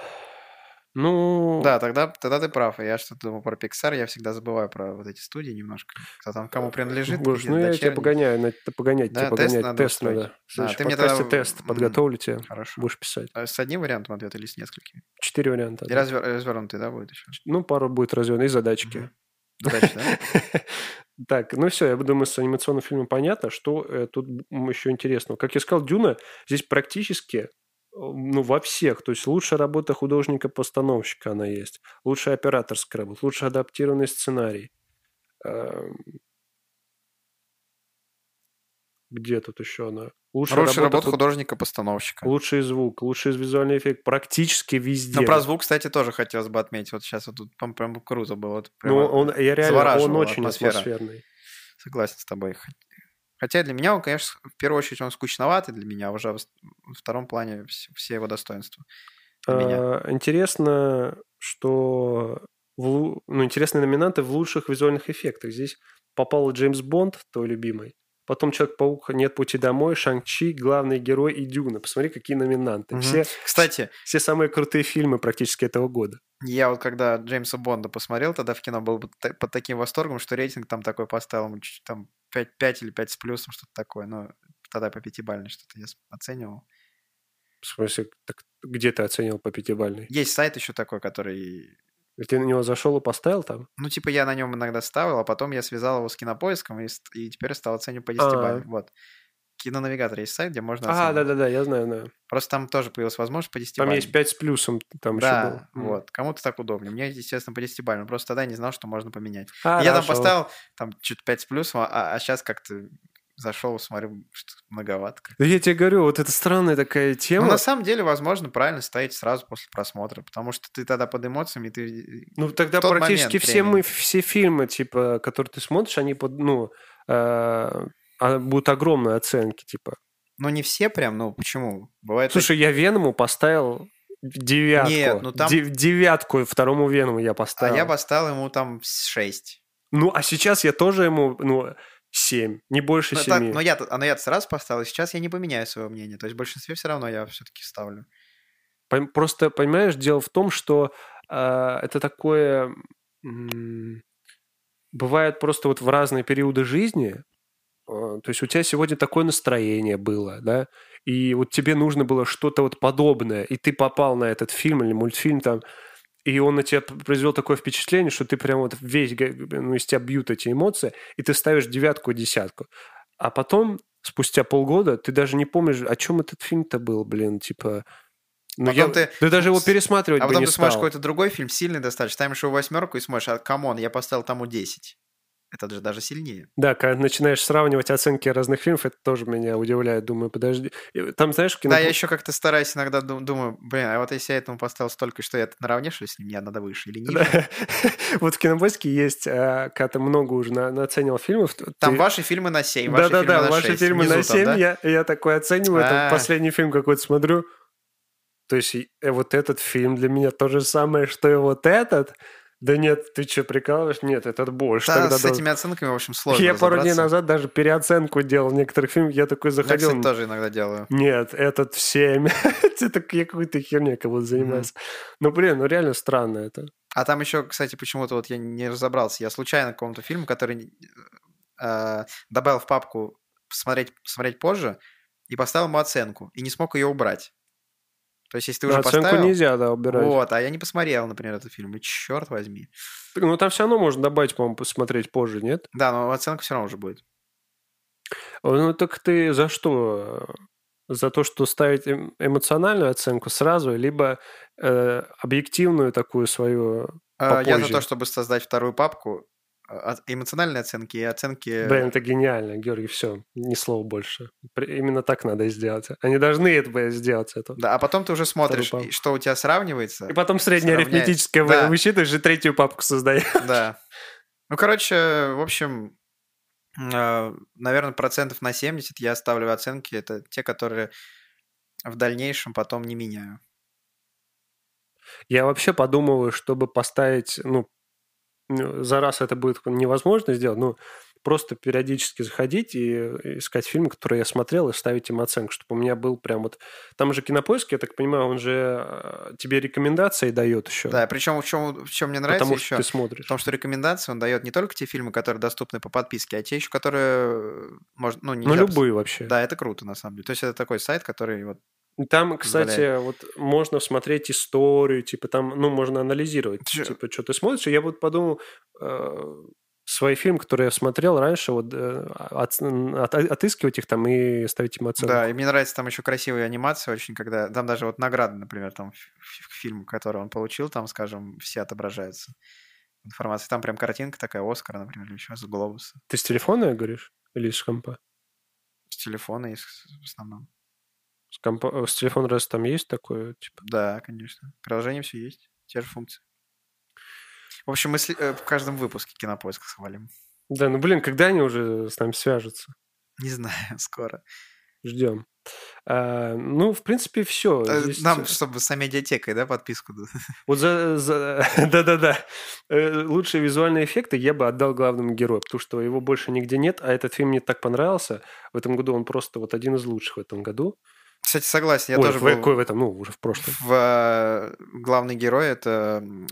Speaker 1: Ну...
Speaker 2: Да, тогда, тогда ты прав. Я что-то думал про Pixar, я всегда забываю про вот эти студии немножко. Кто там кому принадлежит.
Speaker 1: Гош,
Speaker 2: какие
Speaker 1: ну я тебя
Speaker 2: дочерние.
Speaker 1: погоняю, на- погонять
Speaker 2: Да,
Speaker 1: тебя,
Speaker 2: тест
Speaker 1: погонять.
Speaker 2: надо
Speaker 1: тест
Speaker 2: устроить. А,
Speaker 1: надо. В следующем
Speaker 2: ты мне
Speaker 1: подкасте
Speaker 2: тогда-
Speaker 1: тест
Speaker 2: Мгм.
Speaker 1: подготовлю тебе,
Speaker 2: Хорошо.
Speaker 1: будешь писать.
Speaker 2: А С одним вариантом ответа или с несколькими?
Speaker 1: Четыре варианта.
Speaker 2: И развер- развернутый, да, будет еще?
Speaker 1: Ну, пару будет развернут, и задачки.
Speaker 2: Удачи, да?
Speaker 1: Так, ну все, я думаю, с анимационным фильмом понятно, что э, тут м, еще интересного. Как я сказал, Дюна здесь практически э, ну, во всех. То есть лучшая работа художника-постановщика она есть. Лучшая операторская работа, лучше адаптированный сценарий. Эм, Где тут еще она? Лучшая
Speaker 2: Хорошая работа
Speaker 1: художника.
Speaker 2: художника-постановщика.
Speaker 1: Лучший звук, лучший визуальный эффект практически везде.
Speaker 2: Но Ну, про звук, кстати, тоже хотелось бы отметить. Вот сейчас вот тут прям, прям круто было. Вот прям
Speaker 1: Ну,
Speaker 2: вот
Speaker 1: он, я реально, он
Speaker 2: завораживала
Speaker 1: очень
Speaker 2: атмосфера.
Speaker 1: атмосферный.
Speaker 2: Согласен с тобой. Хот- Хотя для меня он, конечно, в первую очередь он скучноватый для меня, а уже во с- во втором плане вс- все его достоинства. Для меня.
Speaker 1: А, Интересно, что... в лу- ну, интересные номинанты в лучших визуальных эффектах. Здесь попал Джеймс Бонд, твой любимый, потом Человек-паук, Нет пути домой, Шанг-Чи, Главный герой и Дюна. Посмотри, какие номинанты.
Speaker 2: Мгм.
Speaker 1: Все,
Speaker 2: Кстати,
Speaker 1: все самые крутые фильмы практически этого года.
Speaker 2: я вот когда Джеймса Бонда посмотрел, тогда в кино был под та- под таким восторгом, что рейтинг там такой поставил, ему чуть- там 5, или 5 с плюсом, что-то такое. Ну, тогда по пятибалльной что-то я с- оценивал.
Speaker 1: В смысле, так где ты оценил по пятибалльной?
Speaker 2: Есть сайт еще такой, который...
Speaker 1: И Ты на него зашел и поставил там?
Speaker 2: Ну, типа, я на нем иногда ставил, а потом я связал его с кинопоиском, и, ст- и теперь стал оценивать по 10 баллам. Вот. Кинонавигатор есть сайт, где можно
Speaker 1: А,
Speaker 2: оценивать.
Speaker 1: да-да-да, я знаю, знаю.
Speaker 2: Просто там тоже появилась возможность по 10
Speaker 1: Там есть 5 с плюсом, там еще
Speaker 2: Да,
Speaker 1: было. М.
Speaker 2: вот. Кому-то так удобнее. Мне, естественно, по 10 баллам. Просто тогда я не знал, что можно поменять.
Speaker 1: А,
Speaker 2: я там
Speaker 1: хорошо.
Speaker 2: поставил там чуть 5 с плюсом, а, сейчас как-то зашел, смотрю, что многовато. как-то.
Speaker 1: Да Я тебе говорю, вот это странная такая
Speaker 2: Ну,
Speaker 1: тема.
Speaker 2: на самом деле, возможно, правильно ставить сразу после просмотра, потому что ты тогда под эмоциями, ты... э,
Speaker 1: Ну, тогда
Speaker 2: в тот
Speaker 1: практически
Speaker 2: момент
Speaker 1: все мы,
Speaker 2: времени.
Speaker 1: все фильмы, типа, которые ты смотришь, они под, ну, э, а, будут огромные оценки, типа.
Speaker 2: Ну, не все прям, ну, почему? Бывает...
Speaker 1: Слушай, я Веному поставил девятку.
Speaker 2: Нет, ну там-
Speaker 1: Де- девятку второму Веному я
Speaker 2: А
Speaker 1: поставил.
Speaker 2: я поставил ему там 6.
Speaker 1: Ну, а сейчас я тоже ему, ну, семь, не больше
Speaker 2: Ну, так,
Speaker 1: семи.
Speaker 2: но я, но я сразу поставил, и сейчас я не поменяю свое мнение. То есть в большинстве все равно я все-таки ставлю.
Speaker 1: Пон- Просто, понимаешь, дело в том, что а, это такое... м, Бывает просто вот в разные периоды жизни. а, То есть у тебя сегодня такое настроение было, да? И вот тебе нужно было что-то вот подобное, и ты попал на этот фильм или мультфильм там, и он на тебя п- произвел такое впечатление, что ты прям вот весь, г- ну, из тебя бьют эти эмоции, и ты ставишь девятку, десятку. А потом, спустя полгода, ты даже не помнишь, о чем этот фильм-то был, блин, типа... Ну,
Speaker 2: Потом
Speaker 1: я-
Speaker 2: ты-
Speaker 1: даже его
Speaker 2: с-
Speaker 1: пересматривать
Speaker 2: А
Speaker 1: бы
Speaker 2: потом
Speaker 1: не
Speaker 2: ты смотришь
Speaker 1: стал.
Speaker 2: какой-то другой фильм, сильный достаточно, ставишь его восьмерку и смотришь, а камон, я поставил тому 10. Это же даже сильнее.
Speaker 1: Да, когда начинаешь сравнивать оценки разных фильмов, это тоже меня удивляет. Думаю, подожди. И Там, знаешь, в кино...
Speaker 2: Да, я еще как-то стараюсь иногда дум- думаю, блин, а вот если я этому поставил столько, что я наравне, что ли, с ним, мне надо выше или ниже.
Speaker 1: Да. Вот в кинопоиске есть, а, когда ты много уже на- наценил фильмов...
Speaker 2: Там
Speaker 1: ты-
Speaker 2: ваши фильмы на 7, ваши
Speaker 1: Да-да-да,
Speaker 2: фильмы на 6.
Speaker 1: ваши фильмы на 7, я, я такой оцениваю, там
Speaker 2: А.
Speaker 1: последний фильм какой-то смотрю, то есть и- э, вот этот фильм для меня то же самое, что и вот этот, да нет, ты что, прикалываешь? Нет, этот больше.
Speaker 2: Да,
Speaker 1: тогда
Speaker 2: с
Speaker 1: должен-
Speaker 2: этими оценками, в общем, сложно
Speaker 1: Я пару дней
Speaker 2: разобраться.
Speaker 1: назад даже переоценку делал некоторых фильмов, я такой
Speaker 2: Я,
Speaker 1: заходил...
Speaker 2: кстати, тоже иногда делаю.
Speaker 1: Нет, этот в 7. Это я какой-то херня как будто занимаюсь. Ну, блин, ну реально странно это.
Speaker 2: А там еще, кстати, почему-то вот я не разобрался. Я случайно к какому-то фильму, который э, добавил в папку посмотреть, посмотреть позже, и поставил ему оценку, и не смог ее убрать. То есть, если ты
Speaker 1: Ну,
Speaker 2: уже
Speaker 1: Оценку
Speaker 2: поставил...
Speaker 1: нельзя, да, убирать.
Speaker 2: Вот, а я не посмотрел, например, этот фильм, и черт возьми.
Speaker 1: Ну, там все равно можно добавить, по-моему, посмотреть позже, нет?
Speaker 2: Да, но оценка все равно уже будет.
Speaker 1: Ну, так ты за что? За то, что ставить эм- эмоциональную оценку сразу, либо э, объективную такую свою...
Speaker 2: Э, Я за
Speaker 1: Попозже.
Speaker 2: то, чтобы создать вторую папку э, от- эмоциональные оценки и оценки...
Speaker 1: Блин, это гениально, Георгий, все, ни слова больше. При- Именно так надо сделать. Они должны это блядь, сделать. Это.
Speaker 2: Да, а потом ты уже смотришь,
Speaker 1: папку.
Speaker 2: и что у тебя сравнивается.
Speaker 1: И потом среднее
Speaker 2: Сравняй.
Speaker 1: арифметическое вы-
Speaker 2: Да.
Speaker 1: высчитываешь и третью папку создаешь.
Speaker 2: Да. Ну, короче, в общем, наверное, процентов на 70 я ставлю оценки. Это те, которые в дальнейшем потом не меняю.
Speaker 1: Я вообще подумываю, чтобы поставить, ну, ну, за раз это будет невозможно сделать, ну, просто периодически заходить и э, искать фильмы, которые я смотрел, и ставить им оценку, чтобы у меня был прям вот... Там же Кинопоиск, я так понимаю, он же э, тебе рекомендации дает еще.
Speaker 2: Да, причем в чем, в чем мне нравится
Speaker 1: потому
Speaker 2: еще,
Speaker 1: что ты смотришь.
Speaker 2: в том, что рекомендации он дает не только те фильмы, которые доступны по подписке, а те еще, которые э, можно, ну,
Speaker 1: Ну,
Speaker 2: нельзя пос-
Speaker 1: любые вообще.
Speaker 2: Да, это круто, на самом деле. То есть это такой сайт, который вот...
Speaker 1: И Там, кстати, вот можно смотреть историю, типа там, ну, можно анализировать,
Speaker 2: Ты чё?
Speaker 1: типа, что ты смотришь. И я вот подумал, э, свои фильмы, которые я смотрел раньше, вот э, от- от- отыскивать их там и ставить им оценку.
Speaker 2: Да, и мне нравится там еще красивые анимации очень, когда... Там даже вот награды, например, там ф- ф- к фильму, который он получил, там, скажем, все отображаются. Информация. Там прям картинка такая, Оскар, например, или еще с глобуса.
Speaker 1: Ты с телефона говоришь? Или с компа?
Speaker 2: С телефона из- в основном.
Speaker 1: С, компа... э, с телефона раз там есть такое, типа.
Speaker 2: Да, конечно. Приложение все есть. Те же функции. В общем, мы сли- э, в каждом выпуске кинопоиск схвалим.
Speaker 1: Да, ну блин, когда они уже с нами свяжутся?
Speaker 2: Не знаю, скоро.
Speaker 1: Ждем. А, ну, в принципе, все.
Speaker 2: Э, Нам, чтобы с медиатекой, да, подписку?
Speaker 1: Вот за... за- Да-да-да. Э, Лучшие визуальные эффекты я бы отдал главному герою, потому что его больше нигде нет, а этот фильм мне так понравился. В этом году он просто вот один из лучших в этом году.
Speaker 2: Кстати, согласен, я
Speaker 1: Ой,
Speaker 2: тоже
Speaker 1: в,
Speaker 2: был
Speaker 1: какой в этом, ну, уже в прошлом.
Speaker 2: в э, «Главный герой» — это м,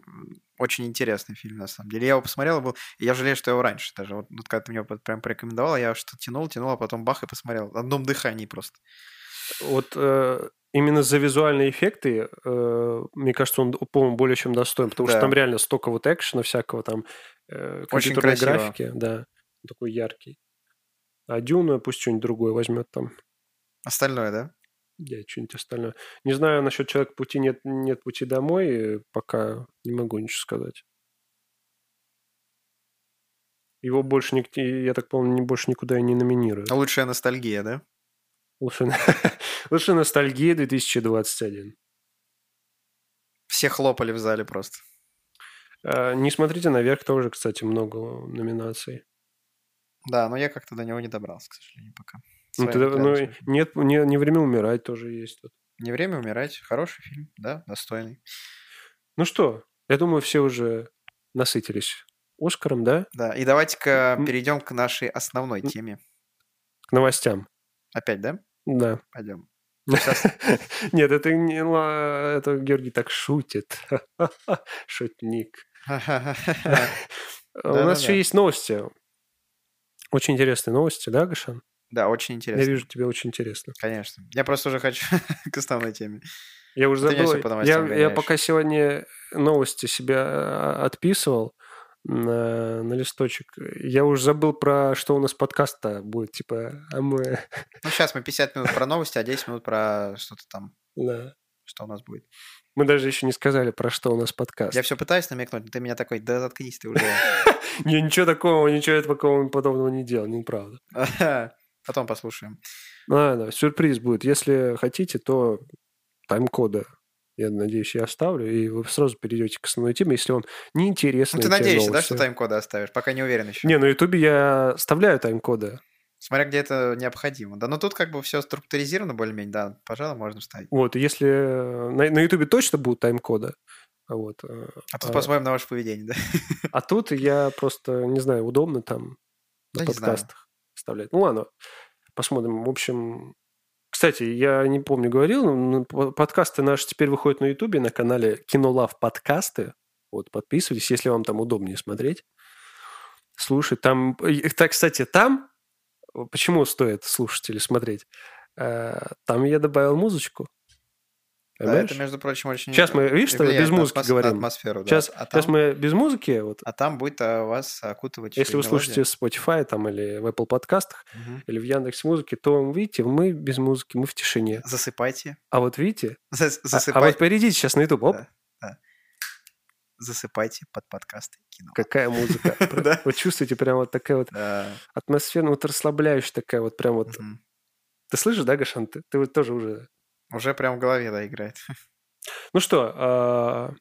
Speaker 2: очень интересный фильм, на самом деле. Я его посмотрел, и был... и я жалею, что я его раньше даже. Вот, вот когда ты мне прям порекомендовал, я что-то тянул, тянул, а потом бах и посмотрел. В одном дыхании просто.
Speaker 1: Вот э, именно за визуальные эффекты, э, мне кажется, он, по-моему, более чем достоин, потому
Speaker 2: Да.
Speaker 1: что там реально столько вот экшена всякого, там э,
Speaker 2: Очень
Speaker 1: компьютерной
Speaker 2: красиво.
Speaker 1: графики, да, Он такой яркий. А Дюна пусть что-нибудь другое возьмет там.
Speaker 2: Остальное, да?
Speaker 1: Я что-нибудь остальное. Не знаю насчет человека пути нет, нет пути домой, э, пока не могу ничего сказать. Его больше, ник- я так понял, ни- больше никуда и не номинируют.
Speaker 2: Лучшая ностальгия, да?
Speaker 1: Лучше, лучше ностальгия 2021.
Speaker 2: Все хлопали в зале просто.
Speaker 1: А, Не смотрите наверх, тоже, кстати, много номинаций.
Speaker 2: Да, но я как-то до него не добрался, к сожалению, пока.
Speaker 1: Ну,
Speaker 2: Своим
Speaker 1: ты-
Speaker 2: взглядом
Speaker 1: ну,
Speaker 2: своим.
Speaker 1: нет, не, не время умирать тоже есть. тут.
Speaker 2: Не время умирать. Хороший фильм, да, достойный.
Speaker 1: Ну что, я думаю, все уже насытились Оскаром, да?
Speaker 2: Да, и давайте-ка
Speaker 1: М.
Speaker 2: перейдем к нашей основной
Speaker 1: М.
Speaker 2: теме.
Speaker 1: К новостям.
Speaker 2: Опять, да?
Speaker 1: Да.
Speaker 2: Пойдем.
Speaker 1: Нет, это не ла- это Георгий так шутит. Шутник. А У
Speaker 2: Да-да-да.
Speaker 1: нас еще есть новости. Очень интересные новости, да, Гошан?
Speaker 2: Да, очень
Speaker 1: Я
Speaker 2: интересно.
Speaker 1: вижу, тебе очень интересно.
Speaker 2: Конечно. Я просто уже хочу к основной теме.
Speaker 1: Я уже
Speaker 2: Ты меня
Speaker 1: забыл.
Speaker 2: всё по новостям
Speaker 1: Я, я
Speaker 2: гоняешь.
Speaker 1: пока сегодня новости себя э, отписывал на, на листочек. Я уже забыл про что у нас подкаст-то будет. Типа, а мы...
Speaker 2: Ну, сейчас мы 50 минут про новости, а 10 минут про что-то там,
Speaker 1: Да.
Speaker 2: что у нас будет.
Speaker 1: Мы даже еще не сказали, про что у нас подкаст.
Speaker 2: Я все пытаюсь намекнуть, но ты меня такой, да заткнись ты уже.
Speaker 1: Я ничего такого, ничего такого подобного не делал, неправда.
Speaker 2: Потом послушаем.
Speaker 1: Ну ладно, сюрприз будет. Если хотите, то тайм-кода, я надеюсь, я оставлю, и вы сразу перейдете к основной теме, если он неинтересный.
Speaker 2: Ну, ты
Speaker 1: те
Speaker 2: надеешься, да,
Speaker 1: новости.
Speaker 2: что тайм-коды оставишь? Пока не уверен еще.
Speaker 1: Не, на Ютубе я оставляю тайм-коды.
Speaker 2: Смотря где это необходимо. Да, но тут как бы все структуризировано более-менее, да, пожалуй, можно вставить.
Speaker 1: Вот, и если э, на на Ютубе точно будут тайм-коды, а вот. э,
Speaker 2: А тут
Speaker 1: а-
Speaker 2: посмотрим на ваше поведение, да?
Speaker 1: А тут я просто, не знаю, удобно там на
Speaker 2: Да не знаю.
Speaker 1: подкастах вставлять. Ну ладно, посмотрим. В общем, кстати, я не помню, говорил, но ну, по- подкасты наши теперь выходят на Ютубе, на канале Кинолав подкасты. Вот, подписывайтесь, если вам там удобнее смотреть. Слушать там... э, Так, кстати, там... э, Почему стоит слушать или смотреть? Э, Там я добавил музычку.
Speaker 2: Да,
Speaker 1: Понимаешь?
Speaker 2: это, между прочим, очень...
Speaker 1: Сейчас А мы, видишь,
Speaker 2: и
Speaker 1: что
Speaker 2: влияет
Speaker 1: без
Speaker 2: на
Speaker 1: музыки
Speaker 2: атмос- на
Speaker 1: говорим.
Speaker 2: атмосферу, да.
Speaker 1: Сейчас,
Speaker 2: А
Speaker 1: сейчас
Speaker 2: там-
Speaker 1: мы без музыки, вот,
Speaker 2: А там будет а, вас окутывать...
Speaker 1: если
Speaker 2: и
Speaker 1: вы
Speaker 2: мелодия.
Speaker 1: слушаете в Spotify там, или в Apple подкастах,
Speaker 2: Мгм.
Speaker 1: или в Яндекс Музыке, то видите, мы без музыки, мы в тишине.
Speaker 2: Засыпайте.
Speaker 1: А вот видите,
Speaker 2: Зас-
Speaker 1: а- а, вот
Speaker 2: Засыпайте.
Speaker 1: перейдите сейчас на YouTube, оп,
Speaker 2: Да. Засыпайте под подкасты кино.
Speaker 1: какая музыка.
Speaker 2: типа, Да.
Speaker 1: Вы чувствуете прям вот такая вот
Speaker 2: Да.
Speaker 1: атмосфера, вот расслабляющая такая вот прям вот.
Speaker 2: Мгм.
Speaker 1: Ты слышишь, да, Гашан? Ты, ты вот тоже уже.
Speaker 2: Уже прям в голове, да, играет. Э,
Speaker 1: Ну что, а,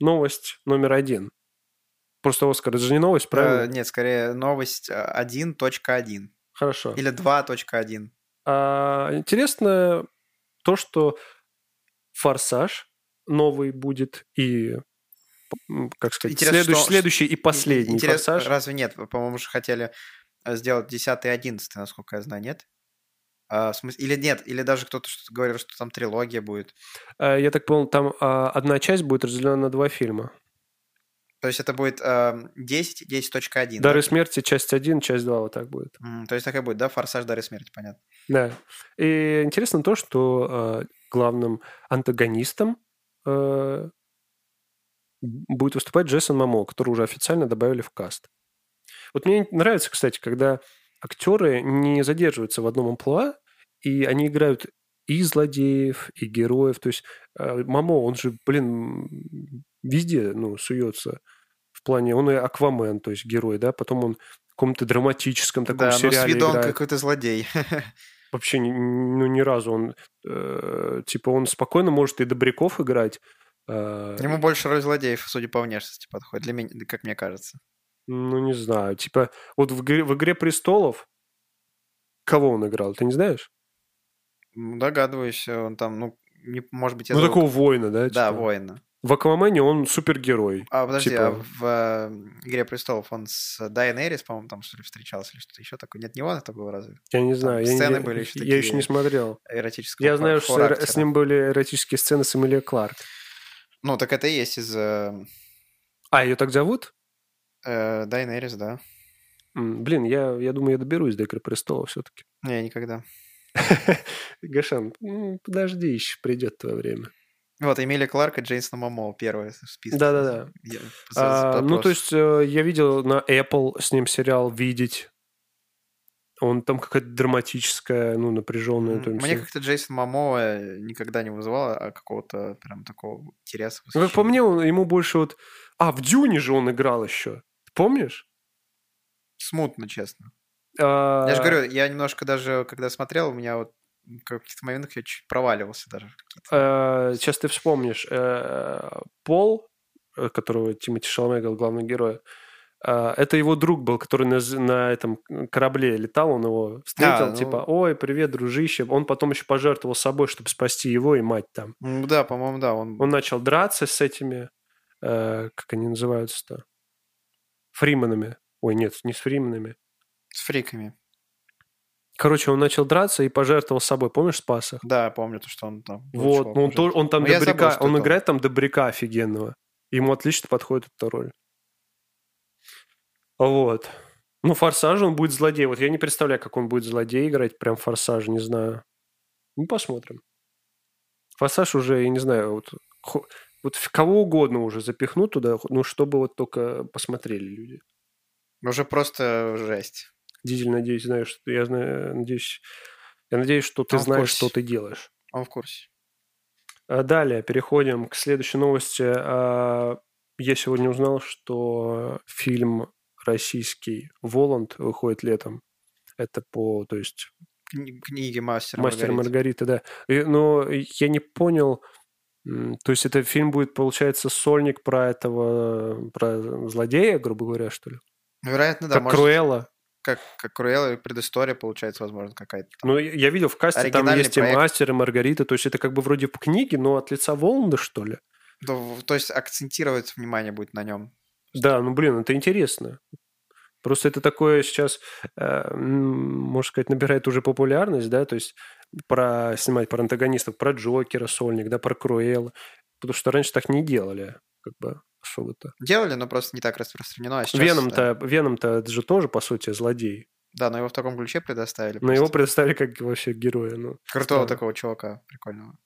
Speaker 1: новость номер один. Просто Оскар, это же не новость,
Speaker 2: Э,
Speaker 1: правильно?
Speaker 2: Нет, скорее новость а, 1.1
Speaker 1: Хорошо.
Speaker 2: или 2.1.
Speaker 1: А, интересно то, что «Форсаж» новый будет и, м, как сказать,
Speaker 2: Интересно,
Speaker 1: следующий,
Speaker 2: что-
Speaker 1: следующий и последний
Speaker 2: Интересно,
Speaker 1: «Форсаж».
Speaker 2: разве нет? По-моему, же хотели э, сделать 10 и 11, насколько я знаю, нет? А, в смысле- Или нет, или даже кто-то что-то говорил, что там трилогия будет.
Speaker 1: А, Я так понял, там а, одна часть будет разделена на два фильма.
Speaker 2: То есть это будет эм, 10, 10.1. да?
Speaker 1: «Дары смерти» часть 1, часть 2 вот так будет.
Speaker 2: М, То есть такая будет, да, форсаж Дары Смерти, понятно.
Speaker 1: Да. И интересно то, что э, главным антагонистом э, будет выступать Джейсон Мамо, которого уже официально добавили в каст. Вот мне нравится, кстати, когда актеры не задерживаются в одном амплуа, и они играют и злодеев, и героев. То есть э, Мамо, он же, блин, везде ну, суется в плане... Он и Аквамен, то есть герой, да? Потом он в каком-то драматическом таком
Speaker 2: да, но
Speaker 1: сериале
Speaker 2: с виду он
Speaker 1: играет
Speaker 2: какой-то злодей.
Speaker 1: вообще ни- ну, ни разу он э, типа он спокойно может и добряков играть. э,
Speaker 2: Ему больше роль злодеев, судя по внешности, подходит, для меня, как мне кажется.
Speaker 1: Ну, не знаю. Типа, вот в игре, в «Игре престолов Кого он играл, ты не знаешь?
Speaker 2: Ну, Догадываюсь, он там, ну, не, может быть, я
Speaker 1: ну,
Speaker 2: зову-
Speaker 1: такого воина, да?
Speaker 2: Да,
Speaker 1: типа?
Speaker 2: воина.
Speaker 1: В Аквамене он супергерой.
Speaker 2: А, подожди,
Speaker 1: Типа-
Speaker 2: а в э, «Игре престолов» он с Дайнерис, по-моему, там, что ли, встречался или что-то еще такое? Нет, не он а это был разве?
Speaker 1: Я не знаю. я
Speaker 2: сцены
Speaker 1: не,
Speaker 2: были ещё
Speaker 1: Я
Speaker 2: такие
Speaker 1: еще не смотрел.
Speaker 2: Эротического
Speaker 1: Я знаю,
Speaker 2: хар-
Speaker 1: что эро-
Speaker 2: характера.
Speaker 1: с ним были эротические сцены с Эмилией Кларк.
Speaker 2: Ну, так это и есть из э,
Speaker 1: А, ее так зовут?
Speaker 2: э, Daenerys, да.
Speaker 1: М, Блин, я, я думаю, я доберусь до «Игры престолов» все-таки.
Speaker 2: Не, никогда.
Speaker 1: Гошан, м, подожди, еще придет твое время.
Speaker 2: Вот, Эмилия Кларк и Джейсон Момоу первые в списке.
Speaker 1: Да-да-да.
Speaker 2: Я-
Speaker 1: А, ну,
Speaker 2: вопрос.
Speaker 1: то есть, э, я видел на Apple с ним сериал «Видеть». Он там какая-то драматическая, ну, напряженная.
Speaker 2: М, Мне как-то Джейсон Момоа никогда не вызывал а, какого-то прям такого интереса.
Speaker 1: Ну, как по
Speaker 2: восхищения.
Speaker 1: мне, он, ему больше вот... А, в «Дюне» же он играл еще. Помнишь?
Speaker 2: Смутно, честно.
Speaker 1: А,
Speaker 2: Я же говорю, я немножко даже, когда смотрел, у меня вот в каких-то моментах я чуть проваливался даже. в какие-то.
Speaker 1: э, сейчас ты вспомнишь. э, Пол, э, которого Тимати Шаломе играл главного героя, э, это его друг был, который на, з- на этом корабле летал, он его встретил,
Speaker 2: А, ну-
Speaker 1: типа, ой, привет, дружище. Он потом еще пожертвовал собой, чтобы спасти его и мать там.
Speaker 2: Ну да, по-моему, да, он...
Speaker 1: Он начал драться с этими, э, как они называются-то, фриманами. Ой, нет, не с фриманами.
Speaker 2: с фриками.
Speaker 1: Короче, он начал драться и пожертвовал собой. Помнишь, спас их?
Speaker 2: Да, я помню то, что он там... был
Speaker 1: Вот,
Speaker 2: чувак,
Speaker 1: ну он,
Speaker 2: уже.
Speaker 1: тоже- он там
Speaker 2: Ну, я
Speaker 1: добряка,
Speaker 2: забыл, что
Speaker 1: он
Speaker 2: это он.
Speaker 1: играет там добряка офигенного. Ему отлично подходит эта роль. Вот. Ну, Форсаж, он будет злодей. Вот я не представляю, как он будет злодей играть, прям Форсаж, не знаю. Ну, посмотрим. Форсаж уже, я не знаю, вот, хо- вот в кого угодно уже запихну туда, ну, чтобы вот только посмотрели люди.
Speaker 2: Уже просто жесть.
Speaker 1: Дизель, надеюсь, знаешь, что- я знаю, надеюсь, я надеюсь, что ты
Speaker 2: Он в
Speaker 1: знаешь,
Speaker 2: курсе.
Speaker 1: что ты делаешь.
Speaker 2: Он в курсе.
Speaker 1: А Далее переходим к следующей новости. А, Я сегодня узнал, что фильм российский «Воланд» выходит летом. Это по, то есть,
Speaker 2: Кни- Книги мастера
Speaker 1: «Мастер и Маргарита»,
Speaker 2: Маргарита.
Speaker 1: да. И- Но я не понял, м, то есть это фильм будет, получается, сольник про этого, про злодея, грубо говоря, что ли?
Speaker 2: Ну, Вероятно, да.
Speaker 1: Как
Speaker 2: может,
Speaker 1: Круэлла.
Speaker 2: Как, как Круэлла, и предыстория получается, возможно, какая-то. там.
Speaker 1: Ну, я я видел в касте, там
Speaker 2: Оригинальный
Speaker 1: есть и
Speaker 2: проект.
Speaker 1: «Мастер» и «Маргарита», то есть это как бы вроде в книге, но от лица Воланда, что ли?
Speaker 2: То, то есть акцентировать внимание будет на нем.
Speaker 1: Да, ну блин, это интересно. Просто это такое сейчас, э, м, можно сказать, набирает уже популярность, да, то есть про снимать про антагонистов, про Джокера, Сольник, да, про Круэлла, потому что раньше так не делали, как бы особо-то.
Speaker 2: Делали, но просто не так распространено. А сейчас, Да,
Speaker 1: Веном-то, Веном-то это же тоже, по сути, злодей.
Speaker 2: да, но его в таком ключе предоставили.
Speaker 1: Но его
Speaker 2: просто.
Speaker 1: представили как вообще героя. Ну,
Speaker 2: Крутого
Speaker 1: странно.
Speaker 2: такого чувака, прикольного.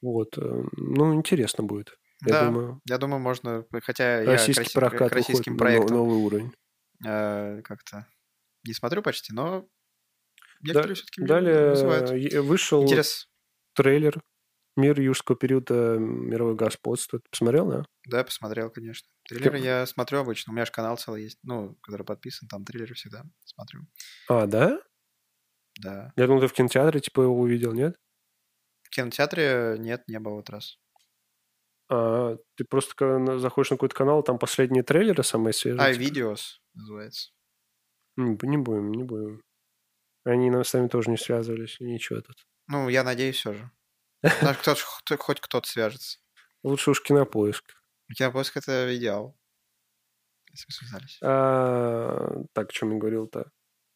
Speaker 1: Вот. э, Ну, интересно будет. Я
Speaker 2: да,
Speaker 1: думаю,
Speaker 2: я думаю, можно, хотя я
Speaker 1: российский
Speaker 2: краси-
Speaker 1: прокат
Speaker 2: к российским
Speaker 1: выходит на но-
Speaker 2: проектам
Speaker 1: новый уровень.
Speaker 2: э, как-то не смотрю почти, но
Speaker 1: Да-
Speaker 2: некоторые все-таки вызывают
Speaker 1: Далее э, вышел
Speaker 2: интерес.
Speaker 1: трейлер «Мир юрского периода. Мировое господство». Ты посмотрел, да?
Speaker 2: Да, я посмотрел, конечно. Триллеры я смотрю обычно, у меня же канал целый есть, ну, который подписан, там триллеры всегда смотрю.
Speaker 1: А, да?
Speaker 2: Да.
Speaker 1: Я думал, ты в кинотеатре типа его увидел, нет?
Speaker 2: В кинотеатре нет, не было в этот раз.
Speaker 1: А, ты просто когда на- заходишь на какой-то канал, там последние трейлеры самые свежие.
Speaker 2: А,
Speaker 1: типа?
Speaker 2: видеос называется.
Speaker 1: Не, б- не будем, не будем. Они нам сами тоже не связывались, ничего тут.
Speaker 2: Ну, я надеюсь все же. Знаешь, кто-то ж- кто- хоть кто-то свяжется.
Speaker 1: Лучше уж кинопоиск.
Speaker 2: Кинопоиск — это идеал. Если вы связались.
Speaker 1: А, так, о чем я говорил-то?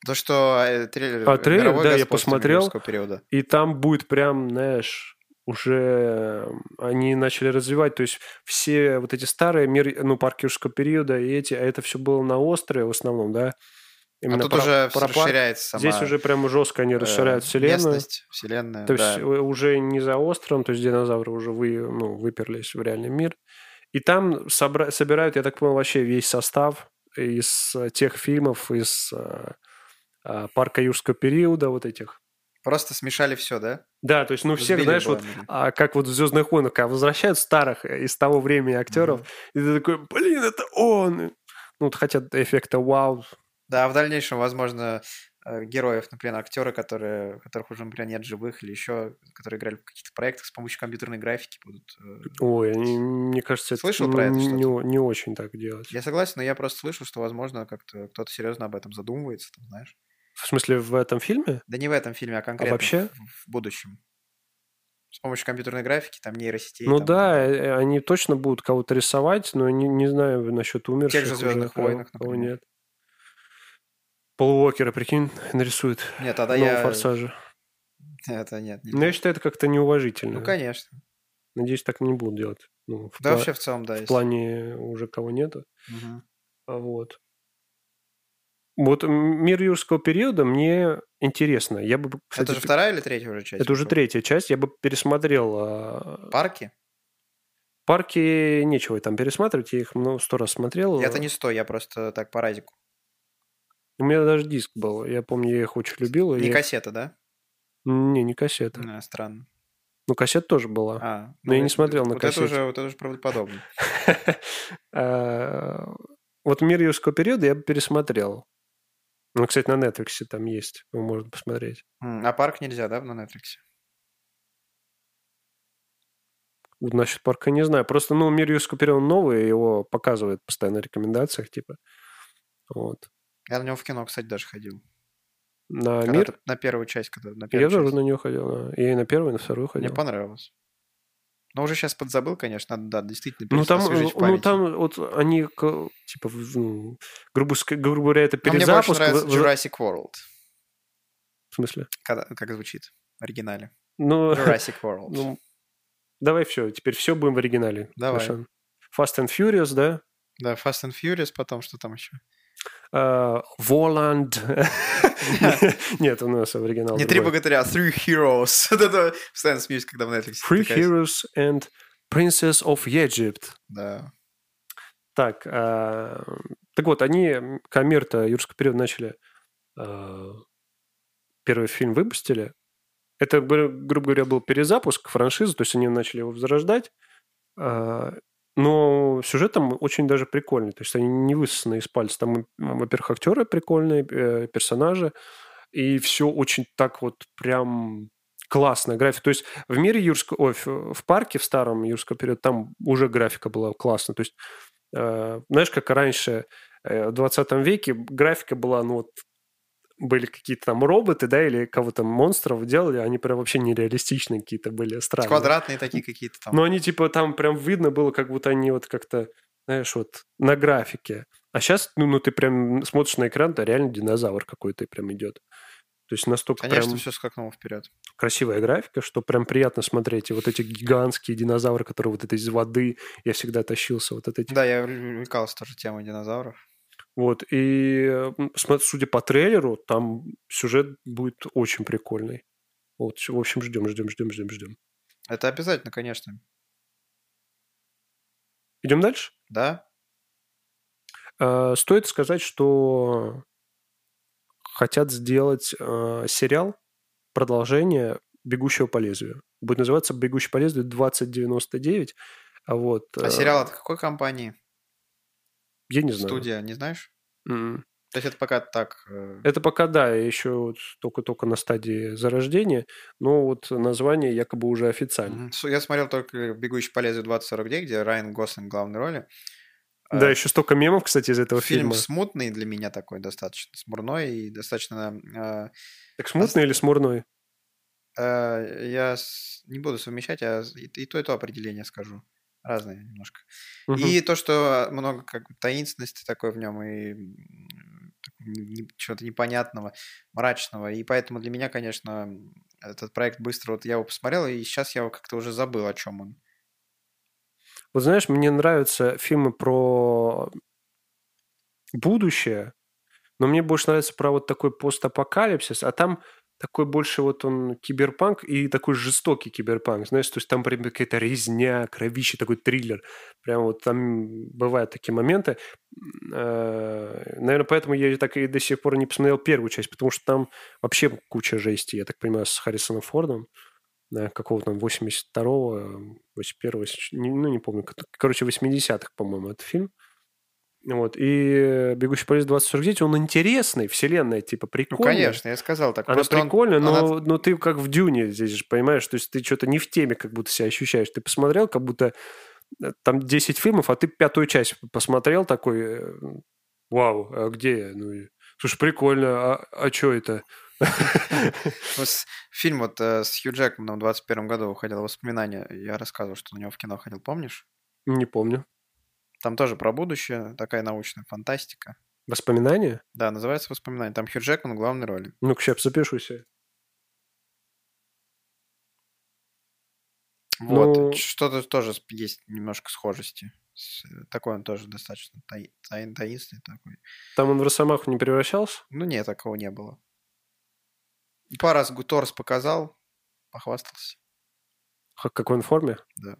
Speaker 2: То, что э, трейлер...
Speaker 1: А, трейлер,
Speaker 2: «Мировое
Speaker 1: да, я
Speaker 2: господство»
Speaker 1: посмотрел.
Speaker 2: Мюнхгаузенского периода.
Speaker 1: И там будет прям, знаешь, уже э, они начали развивать, то есть все вот эти старые мир, ну, парк юрского периода и эти, а это все было на острове в основном, да?
Speaker 2: А
Speaker 1: Именно
Speaker 2: тут
Speaker 1: про-
Speaker 2: уже
Speaker 1: про парк.
Speaker 2: расширяется сама...
Speaker 1: Здесь уже прям жестко они
Speaker 2: э,
Speaker 1: расширяют вселенную.
Speaker 2: Местность, вселенная,
Speaker 1: То
Speaker 2: да.
Speaker 1: есть у- уже не за островом, то есть динозавры уже вы, ну, выперлись в реальный мир. И там собра- собирают, я так понял, вообще весь состав из э, тех фильмов, из э, э, парка юрского периода, вот этих.
Speaker 2: Просто смешали все, да?
Speaker 1: Да, то есть, ну, всех,
Speaker 2: Сбили
Speaker 1: знаешь, вот
Speaker 2: обоими.
Speaker 1: а, как вот в «Звездных войнах», когда возвращают старых э, из того времени актеров,
Speaker 2: Мгм.
Speaker 1: и ты такой, блин, это он! Ну, вот хотят эффекта вау.
Speaker 2: Да, а в дальнейшем, возможно, э, героев, например, актеры, которые, которых уже, например, нет живых, или еще, которые играли в каких-то проектах с помощью компьютерной графики будут. э,
Speaker 1: Ой, они, мне кажется, это,
Speaker 2: Слышал
Speaker 1: ну,
Speaker 2: про это
Speaker 1: не,
Speaker 2: что-то?
Speaker 1: не очень так делать.
Speaker 2: Я согласен, но я просто слышал, что, возможно, как-то кто-то серьезно об этом задумывается, там, знаешь.
Speaker 1: В смысле, в этом фильме?
Speaker 2: Да не в этом фильме, а конкретно
Speaker 1: вообще?
Speaker 2: в, в будущем. С помощью компьютерной графики, там нейросетей.
Speaker 1: ну
Speaker 2: там,
Speaker 1: да, э, они точно будут кого-то рисовать, но не, не знаю насчет умерших.
Speaker 2: же
Speaker 1: уже,
Speaker 2: «Звездных
Speaker 1: кого-
Speaker 2: войнах»,
Speaker 1: кого
Speaker 2: например.
Speaker 1: нет. Пол Уокера, прикинь, нарисует
Speaker 2: Нет, тогда
Speaker 1: нового
Speaker 2: я...
Speaker 1: форсажа.
Speaker 2: Это нет. не
Speaker 1: Но
Speaker 2: то.
Speaker 1: я считаю, это как-то неуважительно.
Speaker 2: Ну, конечно.
Speaker 1: Надеюсь, так не будут делать. Ну, в,
Speaker 2: Да
Speaker 1: пла-
Speaker 2: вообще в целом, да.
Speaker 1: в
Speaker 2: если-
Speaker 1: плане уже кого нету.
Speaker 2: Мгм.
Speaker 1: А Вот. Вот м, мир юрского периода мне интересно. Я бы, кстати,
Speaker 2: Это же вторая или третья уже часть?
Speaker 1: это уже
Speaker 2: была?
Speaker 1: третья часть. Я бы пересмотрел. а,
Speaker 2: Парки?
Speaker 1: Парки нечего там пересматривать. Я их ну, сто раз смотрел.
Speaker 2: Я-то не сто, я просто так по радику.
Speaker 1: У меня даже диск был. Я помню, я их очень любил. и
Speaker 2: Не
Speaker 1: я-
Speaker 2: кассета, да?
Speaker 1: Не, не кассета.
Speaker 2: Да, странно.
Speaker 1: Ну, кассета тоже была.
Speaker 2: А, ну,
Speaker 1: я не
Speaker 2: это-
Speaker 1: смотрел на
Speaker 2: вот
Speaker 1: кассете.
Speaker 2: Это уже, вот это уже правдоподобно.
Speaker 1: А, Вот «Мир юрского периода» я бы пересмотрел. Ну, кстати, на Netflix там есть. Его можно посмотреть.
Speaker 2: М, А парк нельзя, да, на Netflix?
Speaker 1: Вот насчет парка не знаю. Просто, ну, «Мир юрского периода» он новый, его показывают постоянно в рекомендациях, типа. Вот.
Speaker 2: Я на него в кино, кстати, даже ходил.
Speaker 1: На
Speaker 2: Когда-то
Speaker 1: А «Мир»
Speaker 2: На первую часть, когда на
Speaker 1: я
Speaker 2: первую
Speaker 1: тоже
Speaker 2: часть.
Speaker 1: на него ходил. да. Я и на первую, и на вторую
Speaker 2: Мне
Speaker 1: ходил.
Speaker 2: понравилось. Но уже сейчас подзабыл, конечно, надо, да, действительно
Speaker 1: Ну там, э,
Speaker 2: пересвежить в
Speaker 1: ну
Speaker 2: памяти.
Speaker 1: там вот они к- типа, в- ну, грубо, ска- грубо говоря, это
Speaker 2: Но А мне больше
Speaker 1: перезапуск.
Speaker 2: нравится
Speaker 1: в- в-
Speaker 2: Jurassic World.
Speaker 1: В смысле?
Speaker 2: Когда- как звучит в оригинале.
Speaker 1: Ну,
Speaker 2: Jurassic World.
Speaker 1: ну, давай все, теперь все будем в оригинале.
Speaker 2: Давай.
Speaker 1: Хорошо. Fast and Furious, да?
Speaker 2: Да, Fast and Furious, потом что там еще?
Speaker 1: А, Воланд. Нет, у нас оригинал.
Speaker 2: Не три
Speaker 1: другой.
Speaker 2: богатыря, а Three Heroes. Вот это постоянно смеюсь, когда в Netflix.
Speaker 1: Three
Speaker 2: натыкаюсь.
Speaker 1: Heroes and Princess of Egypt.
Speaker 2: Да.
Speaker 1: Так, а, так вот, они Камир-то Юрского периода начали а, первый фильм выпустили. Это, гру- грубо говоря, был перезапуск франшизы, то есть они начали его возрождать. А, но сюжет там очень даже прикольный. То есть они не высосаны из пальца. Там, м, во-первых, актеры прикольные, э, персонажи. И все очень так вот прям классная графика. То есть в мире Юрского... Ой, в в парке в старом Юрского периода там уже графика была классная. То есть э, знаешь, как раньше э, в 20 веке графика была, ну вот были какие-то там роботы, да, или кого-то монстров делали, они прям вообще нереалистичные какие-то были, странные.
Speaker 2: Квадратные такие какие-то там.
Speaker 1: Но они типа там прям видно было, как будто они вот как-то, знаешь, вот на графике. А сейчас, ну, ну ты прям смотришь на экран, то реально динозавр какой-то прям идет. То есть настолько
Speaker 2: Конечно,
Speaker 1: прям
Speaker 2: все скакнуло вперед.
Speaker 1: красивая графика, что прям приятно смотреть. И вот эти гигантские динозавры, которые вот это из воды, я всегда тащился, вот от этих
Speaker 2: Да, я увлекался тоже темой динозавров.
Speaker 1: Вот, и э, м, смо- судя по трейлеру, там сюжет будет очень прикольный. Вот, в общем, ждем, ждем, ждем, ждем, ждем.
Speaker 2: Это обязательно, конечно.
Speaker 1: Идем дальше.
Speaker 2: Да?
Speaker 1: Э, Стоит сказать, что хотят сделать э, сериал продолжение «Бегущего по лезвию». Будет называться «Бегущий по лезвию 2099». А вот...
Speaker 2: А
Speaker 1: э,
Speaker 2: сериал от какой компании?
Speaker 1: Я не знаю.
Speaker 2: Студия, не знаешь?
Speaker 1: М.
Speaker 2: То есть это пока так... э,
Speaker 1: Это пока, да, еще вот только-только на стадии зарождения, но вот название якобы уже официально.
Speaker 2: мгм. Су- Я смотрел только «Бегущий по лезвию 2049», где Райан Гослинг в главной роли. Э,
Speaker 1: Да, еще столько мемов, кстати, из этого
Speaker 2: Фильм
Speaker 1: фильма.
Speaker 2: смутный для меня такой достаточно, смурной и достаточно... э,
Speaker 1: Так смутный или смурной?
Speaker 2: э, Я с- не буду совмещать, а с- и и то, и то определение скажу. Разные немножко.
Speaker 1: Мгм.
Speaker 2: И то, что много как бы таинственности такой в нем, и м, такого не- не- чего-то непонятного, мрачного. И поэтому для меня, конечно, м, этот проект быстро, вот я его посмотрел, и сейчас я его как-то уже забыл, о чем он.
Speaker 1: Вот знаешь, мне нравятся фильмы про будущее, но мне больше нравится про вот такой постапокалипсис, а там такой больше вот он киберпанк и такой жестокий киберпанк, знаешь, то есть там прям какая-то резня, кровище, такой триллер. Прям вот там бывают такие моменты. Наверное, поэтому я и так и до сих пор не посмотрел первую часть, потому что там вообще куча жести, я так понимаю, с Харрисоном Фордом, да, какого-то там 82-го, 81-го, если не- ну, не помню. кот- Короче, 80-х, по-моему, этот фильм. Вот. И «Бегущий по лесу 2049», он интересный, вселенная, типа,
Speaker 2: Ну,
Speaker 1: прикольная.
Speaker 2: конечно, я сказал так.
Speaker 1: Она
Speaker 2: просто он-
Speaker 1: прикольная,
Speaker 2: она-
Speaker 1: но, но ты как в Дюне здесь же, понимаешь? То есть ты что-то не в теме как будто себя ощущаешь. Ты посмотрел, как будто э, там 10 фильмов, а ты пятую часть посмотрел такой, э, вау, а где я? Ну, и Слушай, прикольно, а, а что это?
Speaker 2: Ну, с- Фильм вот э, с Хью Джекманом в 21 году выходил «Воспоминания». Я рассказывал, что на него в кино ходил, помнишь?
Speaker 1: Не помню.
Speaker 2: Там тоже про будущее, такая научная фантастика.
Speaker 1: Воспоминания? Ну,
Speaker 2: Да, называется «Воспоминания». Там Хью Джекман в главной роли.
Speaker 1: Ну-ка, сейчас запишу себе.
Speaker 2: Вот,
Speaker 1: Ну-
Speaker 2: ч- что-то тоже с- есть немножко схожести. С- э, Такой он тоже достаточно таи- таи- таинственный такой.
Speaker 1: Там он в Росомаху не превращался?
Speaker 2: Ну, нет, такого не было. Пару раз Гу- Торс показал, похвастался.
Speaker 1: Ха- Как в информе?
Speaker 2: Да.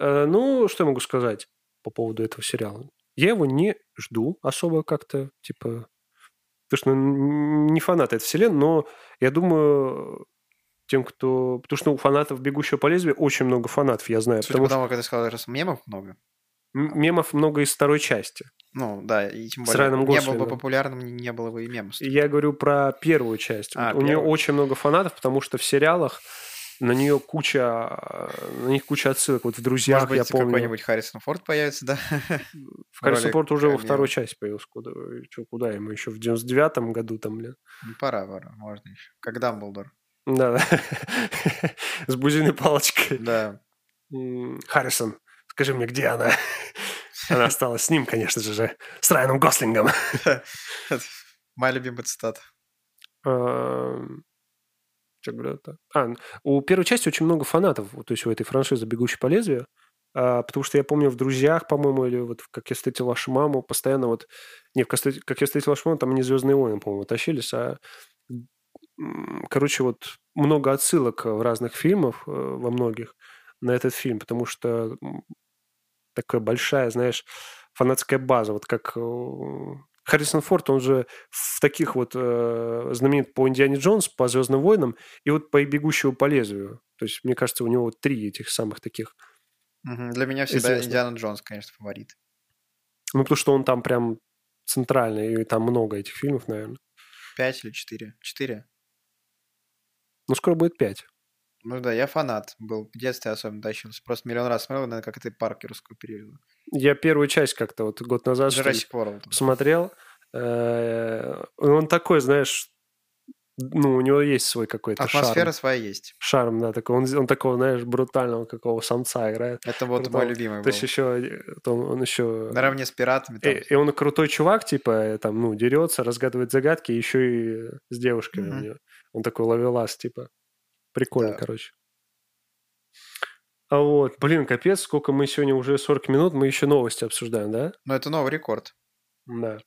Speaker 1: Э, ну, что я могу сказать по поводу этого сериала? Я его не жду особо как-то, типа... Потому что ну, не фанат этой вселенной, но я думаю, тем, кто... Потому что у фанатов «Бегущего по лезвию» очень много фанатов, я знаю.
Speaker 2: Судя
Speaker 1: Потому
Speaker 2: по
Speaker 1: что
Speaker 2: тому, как ты сказал, раз мемов много.
Speaker 1: м- мемов много из второй части.
Speaker 2: Ну, да, и тем
Speaker 1: С
Speaker 2: более
Speaker 1: Райаном
Speaker 2: не было бы
Speaker 1: Гослингом.
Speaker 2: популярным, не- не было бы и мемов.
Speaker 1: И Я говорю про первую часть.
Speaker 2: А,
Speaker 1: Вот у нее
Speaker 2: первую.
Speaker 1: очень много фанатов, потому что в сериалах на нее куча, э, на них куча отсылок. Вот в «Друзьях»
Speaker 2: Может быть,
Speaker 1: я помню.
Speaker 2: какой-нибудь Харрисон Форд появится, да?
Speaker 1: В «Харрисон
Speaker 2: роли
Speaker 1: Форд» уже во
Speaker 2: камео.
Speaker 1: второй части появился. Куда, э, чё, куда ему еще? В 99-м году там, блин.
Speaker 2: Ну, Пора, пора, можно еще. Как Дамблдор.
Speaker 1: Да. С бузиной палочкой.
Speaker 2: Да.
Speaker 1: М, Харрисон, скажи мне, где она? Она осталась с ним, конечно же, же, с Райаном Гослингом.
Speaker 2: Моя любимая цитата.
Speaker 1: Что говорю-то? А, н- у первой части очень много фанатов, вот, то есть у этой франшизы «Бегущий по лезвию», А, потому что я помню в «Друзьях», по-моему, или вот в «Как я встретил вашу маму», постоянно вот... Не, в «Как встретил- «Как я встретил вашу маму» там не «Звездные войны», по-моему, тащились, а... м, Короче, вот много отсылок в разных фильмах, э, во многих, на этот фильм, потому что м, такая большая, знаешь, фанатская база, вот как э, Харрисон Форд, он же в таких вот э, знаменит по Индиане Джонс, по Звездным войнам и вот по «Бегущему по лезвию». То есть, мне кажется, у него вот три этих самых таких.
Speaker 2: Мгм, Для меня всегда
Speaker 1: Известно.
Speaker 2: Индиана Джонс, конечно, фаворит.
Speaker 1: Ну, потому что он там прям центральный, и там много этих фильмов, наверное.
Speaker 2: Пять или четыре? Четыре.
Speaker 1: Ну, скоро будет пять.
Speaker 2: Ну да, я фанат был. В детстве особенно тащился. Просто миллион раз смотрел, наверное, как это паркерскую периода.
Speaker 1: Я первую часть как-то вот год назад что ли,
Speaker 2: Jurassic World.
Speaker 1: посмотрел. Э, Он такой, знаешь, ну, у него есть свой какой-то
Speaker 2: Атмосфера
Speaker 1: шарм.
Speaker 2: своя есть.
Speaker 1: Шарм, да, такой. Он, он такого, знаешь, брутального какого самца играет.
Speaker 2: Это вот
Speaker 1: Круто.
Speaker 2: мой любимый
Speaker 1: То есть
Speaker 2: был.
Speaker 1: еще э, он, он еще...
Speaker 2: Наравне с пиратами. там.
Speaker 1: И, и он крутой чувак, типа, э, там, ну, дерется, разгадывает загадки, еще и с девушками у
Speaker 2: Мгм.
Speaker 1: него. Он такой ловелас, типа. Прикольно,
Speaker 2: Да.
Speaker 1: короче. А вот, блин, капец, сколько мы сегодня уже 40 минут, мы еще новости обсуждаем, да?
Speaker 2: Но это новый рекорд.
Speaker 1: Да.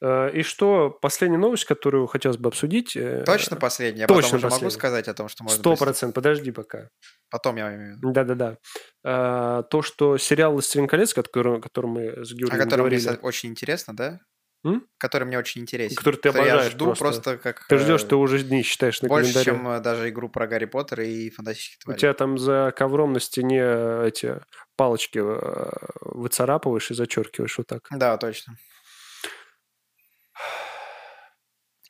Speaker 1: Э, И что, последняя новость, которую хотелось бы обсудить... э,
Speaker 2: Точно последний? Я
Speaker 1: точно
Speaker 2: потом уже могу
Speaker 1: последний.
Speaker 2: сказать о том, что можно...
Speaker 1: Сто
Speaker 2: присо-
Speaker 1: процентов, подожди пока.
Speaker 2: Потом я имею в виду.
Speaker 1: Да-да-да. Э, То, что сериал «Властелин колец», о котором о котором мы с
Speaker 2: О
Speaker 1: Георгием
Speaker 2: котором мне
Speaker 1: говорили...
Speaker 2: со- очень интересно, да?
Speaker 1: М?
Speaker 2: Который мне очень интересен.
Speaker 1: Который ты
Speaker 2: Который я
Speaker 1: обожаешь
Speaker 2: жду
Speaker 1: просто.
Speaker 2: просто как...
Speaker 1: Ты ждешь,
Speaker 2: э,
Speaker 1: ты уже дни считаешь на
Speaker 2: Больше,
Speaker 1: календаре.
Speaker 2: чем э, даже игру про Гарри Поттера и фантастические
Speaker 1: У
Speaker 2: твари.
Speaker 1: тебя там за ковром на стене э, эти палочки э, выцарапываешь и зачеркиваешь вот так.
Speaker 2: Да, точно.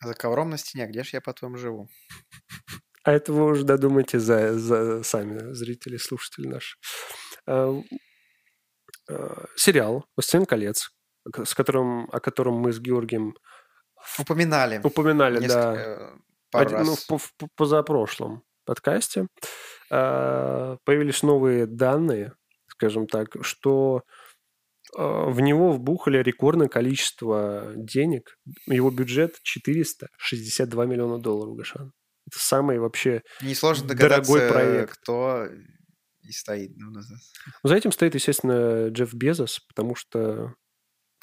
Speaker 2: За ковром на стене, а где же я по-твоему живу?
Speaker 1: А это вы уже додумайте за, за- сами, зрители, слушатели наши. Э, э, Сериал «Властелин колец», к- с которым, о котором мы с Георгием
Speaker 2: Упоминали.
Speaker 1: упоминали, да.
Speaker 2: Несколько, э, пару
Speaker 1: Один-
Speaker 2: раз.
Speaker 1: ну, в по- в по- позапрошлом подкасте э, появились новые данные, скажем так, что э, в него вбухали рекордное количество денег. Его бюджет 462 миллиона долларов, Гошан. Это самый вообще...
Speaker 2: Несложно догадаться,
Speaker 1: дорогой
Speaker 2: э,
Speaker 1: проект.
Speaker 2: кто и стоит. Ну, да, да.
Speaker 1: Ну, За этим стоит, естественно, Джефф Безос, потому что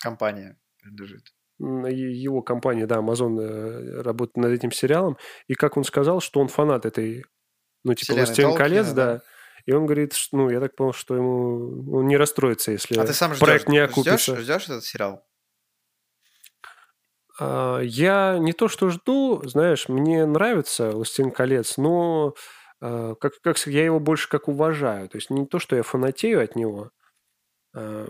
Speaker 2: компания принадлежит.
Speaker 1: м, е- его компания, да, Amazon э, работает над этим сериалом. И как он сказал, что он фанат этой, ну, типа,
Speaker 2: Вселенной
Speaker 1: «Властелин колец»,
Speaker 2: Толкина,
Speaker 1: да.
Speaker 2: да.
Speaker 1: И он говорит, что, ну, я так понял, что ему он не расстроится, если
Speaker 2: а ты сам ждешь,
Speaker 1: проект не окупится.
Speaker 2: ждешь, ждешь этот сериал?
Speaker 1: А, Я не то что жду, знаешь, мне нравится «Властелин колец», но а, как, как сказать, я его больше как уважаю. То есть не то, что я фанатею от него. А,
Speaker 2: А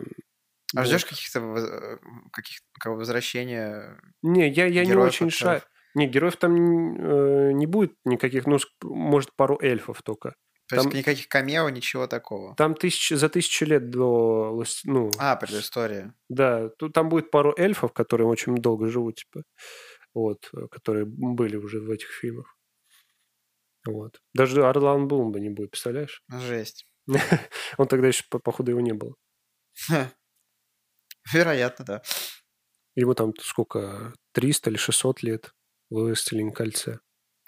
Speaker 1: вот.
Speaker 2: ждешь каких-то воз- э, каких какого возвращения
Speaker 1: Не, я, я не
Speaker 2: героев,
Speaker 1: очень ша...
Speaker 2: актеров?
Speaker 1: Не, героев там э, не будет никаких, ну, ск- может, пару эльфов только.
Speaker 2: То есть никаких камео, ничего такого.
Speaker 1: Там тысяч, за тысячу лет до... Лос- Ну,
Speaker 2: А, предыстория.
Speaker 1: да, тут, там будет пару эльфов, которые очень долго живут, типа, вот, э, которые были уже в этих фильмах. Вот. Даже Орлан Блумба не будет, представляешь?
Speaker 2: Ну, Жесть.
Speaker 1: Он тогда еще, по- походу, его не было.
Speaker 2: Вероятно, да.
Speaker 1: Ему там сколько, 300 или 600 лет в «Властелине кольце»,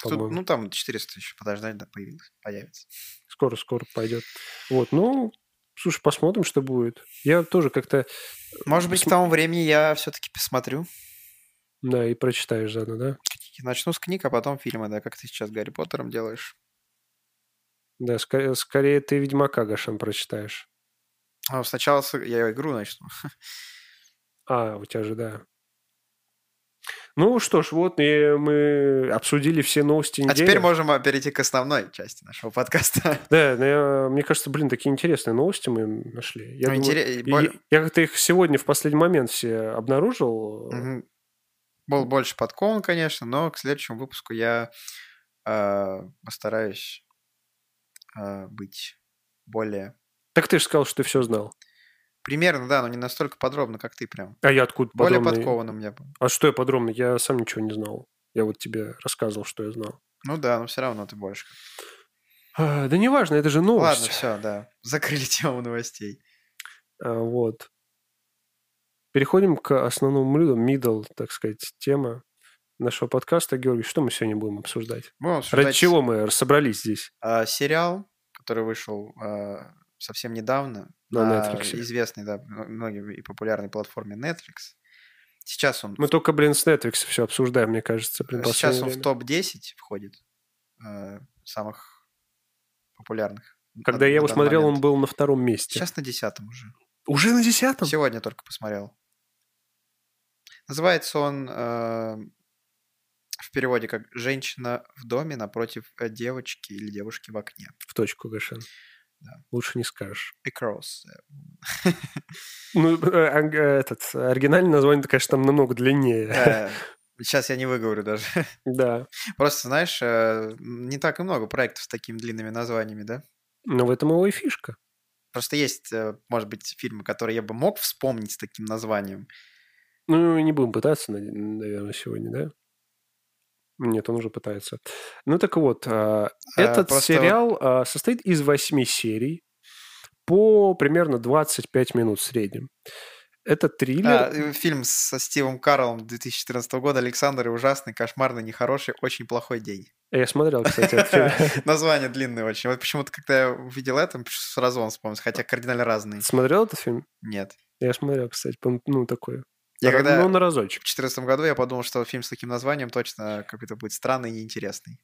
Speaker 2: Тут,
Speaker 1: по-моему.
Speaker 2: ну, там 400 еще подождать, да, появилось, появится.
Speaker 1: Скоро-скоро пойдет. Вот, ну, слушай, посмотрим, что будет. Я тоже как-то,
Speaker 2: Может быть, к
Speaker 1: Посм-
Speaker 2: тому времени я все-таки посмотрю.
Speaker 1: да, и прочитаешь заново, да?
Speaker 2: Начну с книг, а потом фильмы, да, как ты сейчас с Гарри Поттером делаешь.
Speaker 1: Да, скорее, скорее ты «Ведьмака» Гошан прочитаешь.
Speaker 2: А сначала с- я игру начну.
Speaker 1: А, у тебя же, да. Ну что ж, вот и мы обсудили все новости недели.
Speaker 2: А теперь можем а, перейти к основной части нашего подкаста.
Speaker 1: Да, но я- мне кажется, блин, такие интересные новости мы нашли. Я,
Speaker 2: Ну,
Speaker 1: думаю,
Speaker 2: интере-
Speaker 1: и-
Speaker 2: боль-
Speaker 1: я как-то их сегодня в последний момент все обнаружил.
Speaker 2: Мгм. Был больше подкован, конечно, но к следующему выпуску я э, постараюсь э, быть более...
Speaker 1: Так ты же сказал, что ты все знал.
Speaker 2: Примерно, да, но не настолько подробно, как ты прям.
Speaker 1: А я откуда
Speaker 2: Более
Speaker 1: подробно-
Speaker 2: подкованным я был.
Speaker 1: А что я подробно? Я сам ничего не знал. Я вот тебе рассказывал, что я знал.
Speaker 2: Ну да, но все равно ты больше.
Speaker 1: А, да неважно, это же
Speaker 2: Ладно,
Speaker 1: новость.
Speaker 2: все, да. Закрыли тему новостей.
Speaker 1: А, вот. Переходим к основному блюду, middle, так сказать, тема нашего подкаста. Георгий, что мы сегодня будем обсуждать?
Speaker 2: Будем
Speaker 1: Ради
Speaker 2: обсуждать,
Speaker 1: чего мы собрались здесь?
Speaker 2: а, сериал, который вышел а, совсем недавно.
Speaker 1: На
Speaker 2: А,
Speaker 1: Netflix.
Speaker 2: Известной, да, мно- многим и популярной платформе Netflix. Сейчас он,
Speaker 1: Мы только, блин, с Netflix все обсуждаем, мне кажется. Блин,
Speaker 2: А, сейчас
Speaker 1: последнее
Speaker 2: он в
Speaker 1: время.
Speaker 2: топ-10 входит а, самых популярных.
Speaker 1: Когда я его смотрел, он был на втором месте.
Speaker 2: Сейчас на десятом уже.
Speaker 1: Уже на десятом?
Speaker 2: Сегодня только посмотрел. Называется он э, в переводе как «Женщина в доме напротив э, девочки или девушки в окне».
Speaker 1: В точку, Гошан.
Speaker 2: Да.
Speaker 1: Лучше не скажешь.
Speaker 2: Across. э,
Speaker 1: Ну, э, анг- э, этот, оригинальное название, конечно, там намного длиннее.
Speaker 2: да. Э, Сейчас я не выговорю даже.
Speaker 1: Да.
Speaker 2: Просто, знаешь, э, не так и много проектов с такими длинными названиями, да?
Speaker 1: Но в этом его и фишка.
Speaker 2: Просто есть, э, может быть, фильмы, которые я бы мог вспомнить с таким названием.
Speaker 1: Ну, не будем пытаться, над- наверное, сегодня, да? Нет, он уже пытается. Ну, так вот, а,
Speaker 2: А,
Speaker 1: этот
Speaker 2: просто
Speaker 1: сериал а, состоит из восьми серий по примерно 25 минут в среднем. Это
Speaker 2: А,
Speaker 1: триллер.
Speaker 2: э, фильм со Стивом Карлом 2014 года «Александр и ужасный, кошмарный, нехороший, очень плохой день».
Speaker 1: Я смотрел, кстати, этот фильм.
Speaker 2: Название длинное очень. Вот почему-то, когда я увидел это, мне пришлось сразу он вспомнил, хотя кардинально разные.
Speaker 1: Смотрел этот фильм?
Speaker 2: Нет.
Speaker 1: Я смотрел, кстати, по- ну, такой.
Speaker 2: Я
Speaker 1: Ра-
Speaker 2: когда
Speaker 1: Ну,
Speaker 2: в
Speaker 1: на разочек.
Speaker 2: 2014 году я подумал, что фильм с таким названием точно какой-то будет странный и неинтересный.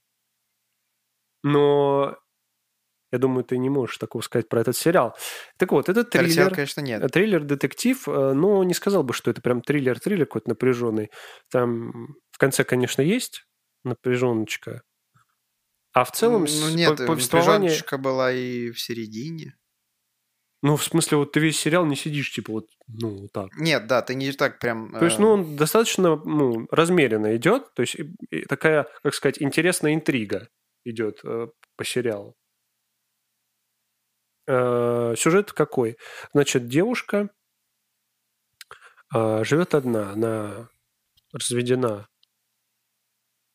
Speaker 1: Но я думаю, ты не можешь такого сказать про этот сериал. Так вот, это
Speaker 2: Хотя,
Speaker 1: триллер.
Speaker 2: конечно,
Speaker 1: Э,
Speaker 2: нет.
Speaker 1: Триллер-детектив, э, но не сказал бы, что это прям триллер-триллер какой-то напряженный. Там в конце, конечно, есть напряженочка. А в целом
Speaker 2: Ну,
Speaker 1: с-
Speaker 2: ну,
Speaker 1: по-
Speaker 2: нет,
Speaker 1: повествование...
Speaker 2: повествование... была и в середине.
Speaker 1: Ну, в смысле, вот ты весь сериал не сидишь, типа, вот, ну, вот так.
Speaker 2: Нет, да, ты не так прям...
Speaker 1: То есть,
Speaker 2: э,
Speaker 1: ну, он достаточно ну, размеренно идет. То есть, и- и такая, как сказать, интересная интрига идет э, по сериалу. Э, Сюжет какой? Значит, девушка э, живет одна. Она разведена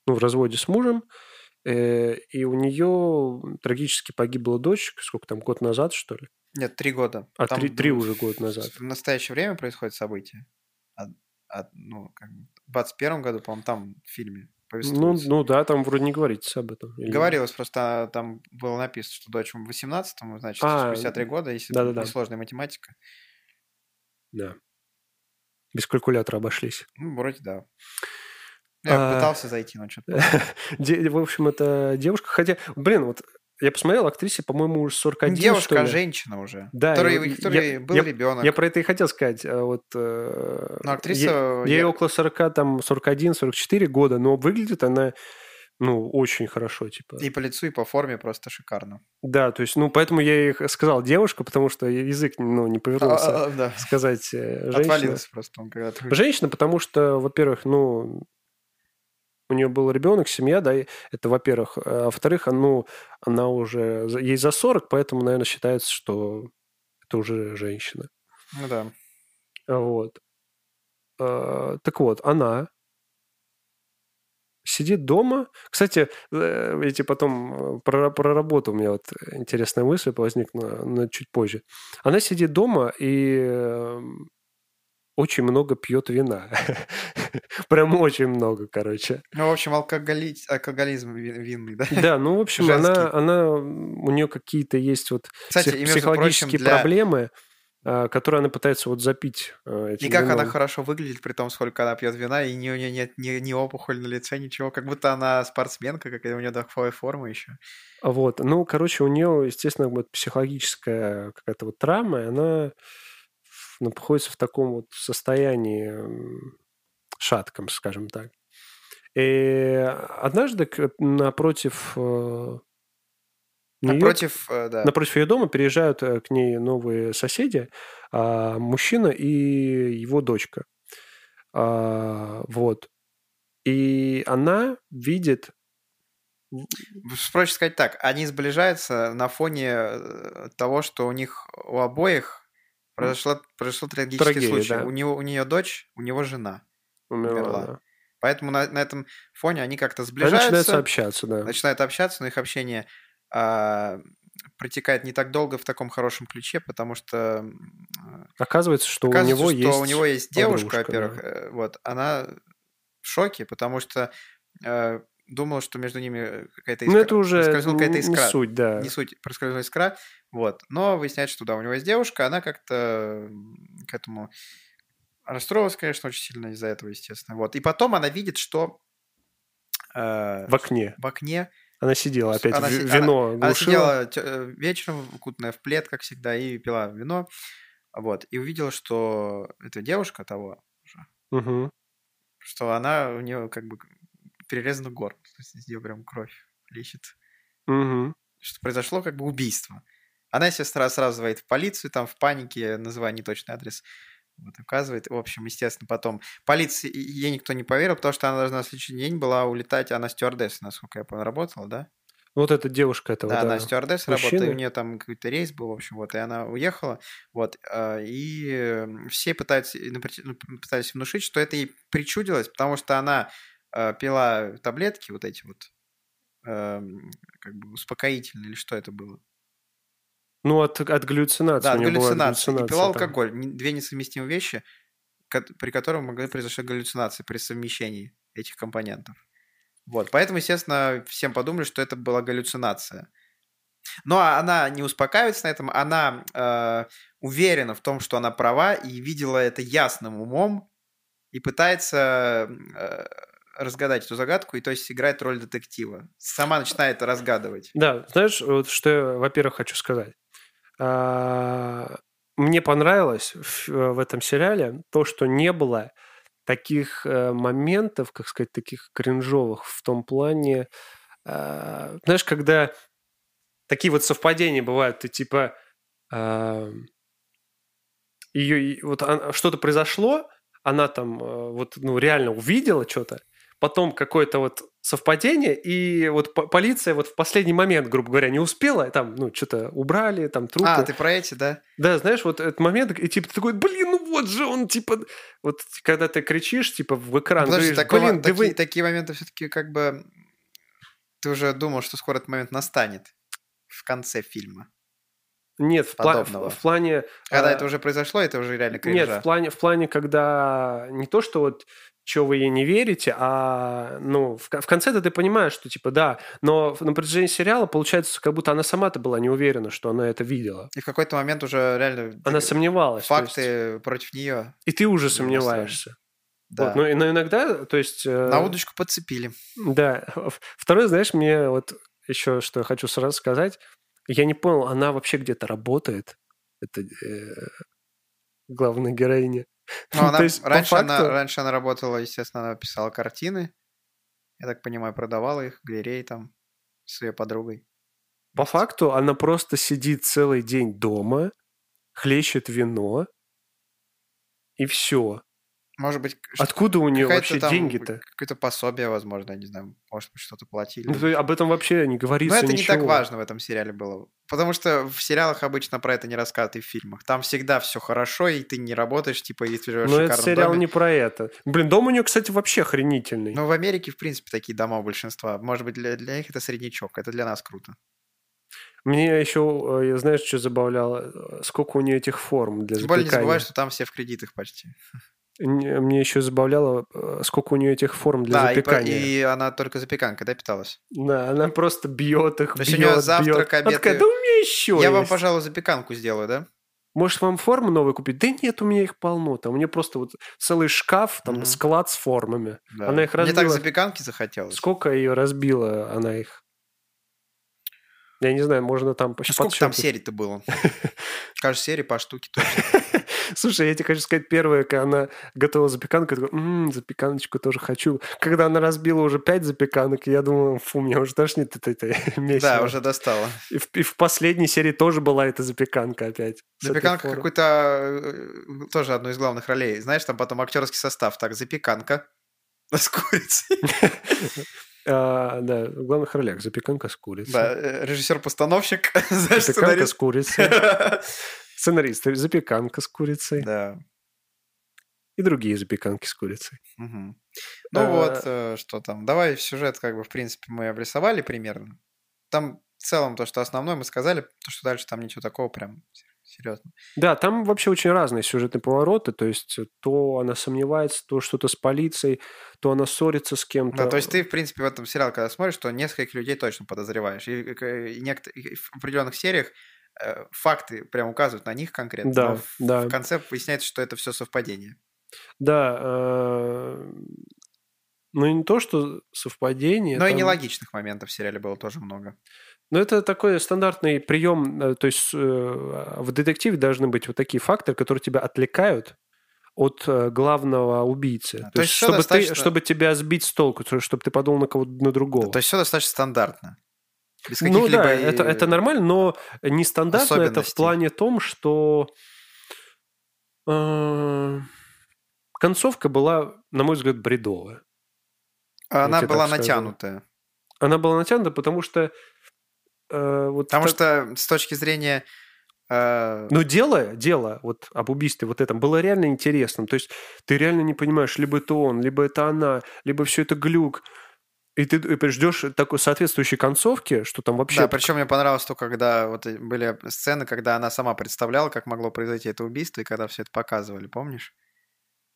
Speaker 1: ну, в разводе с мужем. э, И у нее трагически погибла дочь, сколько там, год назад, что ли?
Speaker 2: Нет, три года.
Speaker 1: А,
Speaker 2: Там
Speaker 1: три, три
Speaker 2: в-
Speaker 1: уже год назад.
Speaker 2: В настоящее время происходит событие. А- а, ну, как бы в 21 году, по-моему, там в фильме
Speaker 1: Ну,
Speaker 2: повествуется.
Speaker 1: ну да, там вроде не говорится об этом. Или-
Speaker 2: Говорилось просто, а, там было написано, что дочь в 18-м, значит,
Speaker 1: А,
Speaker 2: 53 года, если это
Speaker 1: да-да-да.
Speaker 2: несложная математика.
Speaker 1: Да. Без калькулятора обошлись.
Speaker 2: Ну, вроде да. Я
Speaker 1: А.
Speaker 2: пытался зайти, но Ну, что-то...
Speaker 1: Де- в общем, это девушка. Хотя, блин, вот я посмотрел, актрисе, по-моему, уже 41, что
Speaker 2: Ну, Девушка,
Speaker 1: ли.
Speaker 2: женщина уже.
Speaker 1: Да,
Speaker 2: которой,
Speaker 1: я-
Speaker 2: у
Speaker 1: я-
Speaker 2: которой был
Speaker 1: я-
Speaker 2: ребенок.
Speaker 1: Я про это и хотел сказать. а Вот, э,
Speaker 2: Но Ну, актриса...
Speaker 1: е-
Speaker 2: я-
Speaker 1: Ей около 40, там, 41, 44 года, но выглядит она, ну, очень хорошо, типа.
Speaker 2: И по лицу, и по форме просто шикарно.
Speaker 1: Да, то есть, ну, поэтому я и х- сказал девушка, потому что язык, ну, не повернулся
Speaker 2: А, а, а, да.
Speaker 1: сказать э, женщина.
Speaker 2: Отвалился просто он когда-то.
Speaker 1: Женщина, потому что, во-первых, ну, у нее был ребенок, семья, да, это, во-первых. А во-вторых, ну, она уже, ей за 40, поэтому, наверное, считается, что это уже женщина.
Speaker 2: Ну да.
Speaker 1: Вот. Э, Так вот, она сидит дома. Кстати, э, видите, потом э, про, про работу у меня вот интересная мысль возникла, но чуть позже. Она сидит дома и э, очень много пьет вина. Прям очень много, короче.
Speaker 2: Ну, в общем, алкоголи... алкоголизм ви- винный, да?
Speaker 1: Да, ну, в общем, она,
Speaker 2: Женский.
Speaker 1: она, м, у нее какие-то есть вот
Speaker 2: Кстати,
Speaker 1: псих-
Speaker 2: и, между
Speaker 1: психологические
Speaker 2: прочим, для-
Speaker 1: проблемы, а, которые она пытается вот запить. а, этим
Speaker 2: И как она
Speaker 1: вином.
Speaker 2: хорошо выглядит, при том, сколько она пьет вина, и ни у нее нет ни, ни опухоль на лице, ничего. Как будто она спортсменка, какая у нее такая форма еще.
Speaker 1: Вот, ну, короче, у нее, естественно, вот психологическая какая-то вот травма, и она в- ну, находится в таком вот состоянии м, шатком, скажем так. И однажды к- напротив э, неё-
Speaker 2: Напротив, э, да.
Speaker 1: напротив ее дома переезжают э, к ней новые соседи, а, мужчина и его дочка. А, Вот. И она видит
Speaker 2: Проще сказать так, они сближаются на фоне э, того, что у них у обоих произошло, произошел трагический
Speaker 1: Трагедия,
Speaker 2: случай.
Speaker 1: да.
Speaker 2: У, него, у нее дочь, у него жена.
Speaker 1: умерла.
Speaker 2: Умерла.
Speaker 1: э, она.
Speaker 2: Поэтому на, на этом фоне они как-то
Speaker 1: Они начинают
Speaker 2: сближаются,
Speaker 1: сообщаться, да.
Speaker 2: начинают общаться, но их общение а, протекает не так долго в таком хорошем ключе, потому что м, э,
Speaker 1: Оказывается, что
Speaker 2: Оказывается,
Speaker 1: у него
Speaker 2: что
Speaker 1: есть...
Speaker 2: у него есть девушка,
Speaker 1: подружка,
Speaker 2: во-первых, э, вот, она в шоке, потому что э, думала, что между ними какая-то искра.
Speaker 1: Ну, это уже
Speaker 2: проскользнула какая-то
Speaker 1: не
Speaker 2: искра.
Speaker 1: суть, да.
Speaker 2: Не суть, проскользнула искра, вот. Но выясняется, что да, у него есть девушка, она как-то м, к этому расстроилась, конечно, очень сильно из-за этого, естественно, вот. И потом она видит, что э,
Speaker 1: В окне.
Speaker 2: в окне
Speaker 1: Она сидела опять,
Speaker 2: Она
Speaker 1: в-
Speaker 2: си-
Speaker 1: вино
Speaker 2: она
Speaker 1: глушила.
Speaker 2: сидела тё- э, вечером, кутная в плед, как всегда, и пила вино. Вот. И увидела, что эта девушка того,
Speaker 1: Мгм.
Speaker 2: что она у нее как бы перерезана горло. То есть из нее прям кровь лечит.
Speaker 1: Мгм.
Speaker 2: Что произошло как бы убийство. Она, естественно, сразу звонит в полицию, там в панике, называя неточный адрес, вот, указывает. В общем, естественно, потом полиции ей никто не поверил, потому что она должна на следующий день была улетать, она стюардесса, насколько я помню, работала, да?
Speaker 1: Вот эта девушка этого,
Speaker 2: Да,
Speaker 1: да.
Speaker 2: она стюардесса работала, и у
Speaker 1: Мужчины.
Speaker 2: нее там какой-то рейс был, в общем, вот, и она уехала, вот, а, и э, все пытаются, и напри- ну, пытались внушить, что это ей причудилось, потому что она э, пила таблетки вот эти вот, эм, как бы успокоительные, или что это было?
Speaker 1: Ну, от, от галлюцинации.
Speaker 2: Да,
Speaker 1: у нее была
Speaker 2: галлюцинации. И пила
Speaker 1: галлюцинация, да.
Speaker 2: алкоголь. Не- Две несовместимые вещи, ко- при которых могли произойти галлюцинации при совмещении этих компонентов. Вот. Поэтому, естественно, всем подумали, что это была галлюцинация. Но а, она не успокаивается на этом, она э, уверена в том, что она права, и видела это ясным умом, и пытается э, разгадать эту загадку, и то есть играет роль детектива. Сама начинает разгадывать.
Speaker 1: Да, знаешь, вот что я, во-первых, хочу сказать. А, Мне понравилось в э, в этом сериале то, что не было таких э, моментов, как сказать, таких кринжовых в том плане. а, Знаешь, когда такие вот совпадения бывают, ты типа а, ее и- вот она- что-то произошло, она там э, вот ну реально увидела что-то, потом какое-то вот совпадение, и вот по- полиция вот в последний момент, грубо говоря, не успела, там, ну, что-то убрали, там, трупы.
Speaker 2: А, ты про эти, да?
Speaker 1: Да, знаешь, вот этот момент, и типа ты такой, блин, ну вот же он, типа, вот когда ты кричишь, типа, в экран,
Speaker 2: Потому что
Speaker 1: говоришь,
Speaker 2: такого-
Speaker 1: блин, да
Speaker 2: такие,
Speaker 1: вы-
Speaker 2: такие моменты все-таки как бы... Ты уже думал, что скоро этот момент настанет в конце фильма.
Speaker 1: Нет, в, пла-
Speaker 2: подобного.
Speaker 1: в- в плане...
Speaker 2: Когда
Speaker 1: а,
Speaker 2: это уже произошло, это уже реально кринжа.
Speaker 1: Нет, в плане, в плане, когда не то, что вот что вы ей не верите, а ну, в, ко- в конце-то ты понимаешь, что типа да, но в- на протяжении сериала получается, как будто она сама-то была не уверена, что она это видела.
Speaker 2: И в какой-то момент уже реально
Speaker 1: Она
Speaker 2: э,
Speaker 1: сомневалась. то есть-
Speaker 2: факты против нее.
Speaker 1: и ты уже
Speaker 2: были
Speaker 1: сомневаешься.
Speaker 2: Да.
Speaker 1: Вот, но, и- но иногда, то есть... э,
Speaker 2: На удочку подцепили.
Speaker 1: Да. В- Второе, знаешь, мне вот еще что я хочу сразу сказать. Я не понял, она вообще где-то работает? Это э, главная героиня.
Speaker 2: Но Ну, она,
Speaker 1: То есть, по
Speaker 2: раньше, она,
Speaker 1: факту-
Speaker 2: раньше она работала, естественно, она писала картины. Я так понимаю, продавала их в галерее там с ее подругой.
Speaker 1: По факту она просто сидит целый день дома, хлещет вино, и все.
Speaker 2: может быть, ш-
Speaker 1: А Откуда у нее
Speaker 2: какая-то
Speaker 1: вообще
Speaker 2: там
Speaker 1: деньги-то?
Speaker 2: Какое-то пособие, возможно, я не знаю, может быть, что-то платили.
Speaker 1: Ну, то есть Об этом вообще не
Speaker 2: Но
Speaker 1: говорится
Speaker 2: это не
Speaker 1: ничего.
Speaker 2: так важно в этом сериале было. Потому что в сериалах обычно про это не рассказывают и в фильмах. Там всегда все хорошо, и ты не работаешь, типа, и ты живешь в
Speaker 1: Но этот
Speaker 2: шикарном
Speaker 1: Ну, сериал
Speaker 2: доме.
Speaker 1: не про это. Блин, дом у нее, кстати, вообще охренительный.
Speaker 2: Ну, в Америке, в принципе, такие дома у большинства. Может быть, для, для них это среднячок, это для нас круто.
Speaker 1: Мне еще, э, я знаешь, что забавляло? Сколько у нее этих форм для
Speaker 2: Тем более не
Speaker 1: запекания.
Speaker 2: забывай, что там все в кредитах почти.
Speaker 1: Н- Мне еще забавляло, э, сколько у нее этих форм для
Speaker 2: да, и, по-
Speaker 1: запекания.
Speaker 2: и она только запеканкой, да, питалась?
Speaker 1: Да, она просто бьет их,
Speaker 2: То есть у
Speaker 1: бьет,
Speaker 2: неё
Speaker 1: бьет.
Speaker 2: завтрак,
Speaker 1: Она
Speaker 2: обед
Speaker 1: такая,
Speaker 2: и-
Speaker 1: да у меня еще
Speaker 2: Я
Speaker 1: есть.
Speaker 2: вам, пожалуй, запеканку сделаю, да?
Speaker 1: Может, вам формы новые купить? Да нет, у меня их полно. Там у меня просто вот целый шкаф, там
Speaker 2: Мгм.
Speaker 1: склад с формами.
Speaker 2: Да.
Speaker 1: Она их
Speaker 2: Мне так
Speaker 1: разбила.
Speaker 2: запеканки захотелось.
Speaker 1: Сколько ее разбила она их? Я не знаю, можно там
Speaker 2: Ну,
Speaker 1: пощ-
Speaker 2: Сколько там
Speaker 1: подсчётывать.
Speaker 2: серий-то было? Каждой серии по штуке. точно.
Speaker 1: Слушай, я тебе хочу сказать, первое, когда она готовила запеканку, я такой, «М, запеканочку тоже хочу. Когда она разбила уже пять запеканок, я думал, фу, меня уже тошнит от этой месяц.
Speaker 2: Да, уже достало.
Speaker 1: И в, и в последней серии тоже была эта запеканка опять. с этой
Speaker 2: Запеканка
Speaker 1: формой.
Speaker 2: какой-то э, тоже одну из главных ролей. Знаешь, там потом актерский состав. Так, запеканка с курицей.
Speaker 1: А, да, в главных ролях запеканка с курицей.
Speaker 2: Да, э, режиссер-постановщик. Знаешь,
Speaker 1: Запеканка с
Speaker 2: сценарист.
Speaker 1: курицей. Сценарист, запеканка с курицей.
Speaker 2: Да.
Speaker 1: И другие запеканки с курицей.
Speaker 2: Мгм.
Speaker 1: Э,
Speaker 2: Ну вот, э, что там. Давай сюжет, как бы, в принципе, мы обрисовали примерно. Там в целом то, что основное мы сказали, то, что дальше там ничего такого прям серьезно.
Speaker 1: Да, там вообще очень разные сюжетные повороты. То есть э, то она сомневается, то что-то с полицией, то она ссорится с кем-то.
Speaker 2: Да, то есть ты, в принципе, в этом сериале, когда смотришь, то нескольких людей точно подозреваешь. И, э, и некотор- и в определенных сериях э, факты прям указывают на них конкретно.
Speaker 1: Да,
Speaker 2: но в-
Speaker 1: да.
Speaker 2: В конце выясняется, что это все совпадение.
Speaker 1: Да. э, Ну, и не то, что совпадение.
Speaker 2: Но и
Speaker 1: там-
Speaker 2: нелогичных моментов в сериале было тоже много.
Speaker 1: Ну, это такой стандартный прием. э, То есть э, в детективе должны быть вот такие факторы, которые тебя отвлекают от э, главного убийцы.
Speaker 2: Да,
Speaker 1: То,
Speaker 2: то
Speaker 1: есть,
Speaker 2: есть всё
Speaker 1: чтобы, ты,
Speaker 2: достаточно-
Speaker 1: чтобы тебя сбить с толку, то есть чтобы ты подумал на кого-то, на другого.
Speaker 2: То есть все достаточно стандартно. Без
Speaker 1: ну
Speaker 2: каких-либо
Speaker 1: да,
Speaker 2: и-
Speaker 1: это, это нормально, но нестандартно это в
Speaker 2: особенностей.
Speaker 1: плане том, что э, концовка была, на мой взгляд, бредовая. я
Speaker 2: Она
Speaker 1: тебе так
Speaker 2: была
Speaker 1: скажу.
Speaker 2: натянутая.
Speaker 1: Она была натянута, потому что... э, вот
Speaker 2: Потому
Speaker 1: так-
Speaker 2: что с точки зрения... э,
Speaker 1: Но дело, дело вот об убийстве вот этом было реально интересным. То есть ты реально не понимаешь, либо это он, либо это она, либо все это глюк. И ты э, ждешь такой соответствующей концовки, что там вообще...
Speaker 2: да, причем мне понравилось то, когда вот и были сцены, когда она сама представляла, как могло произойти это убийство, и когда все это показывали, помнишь?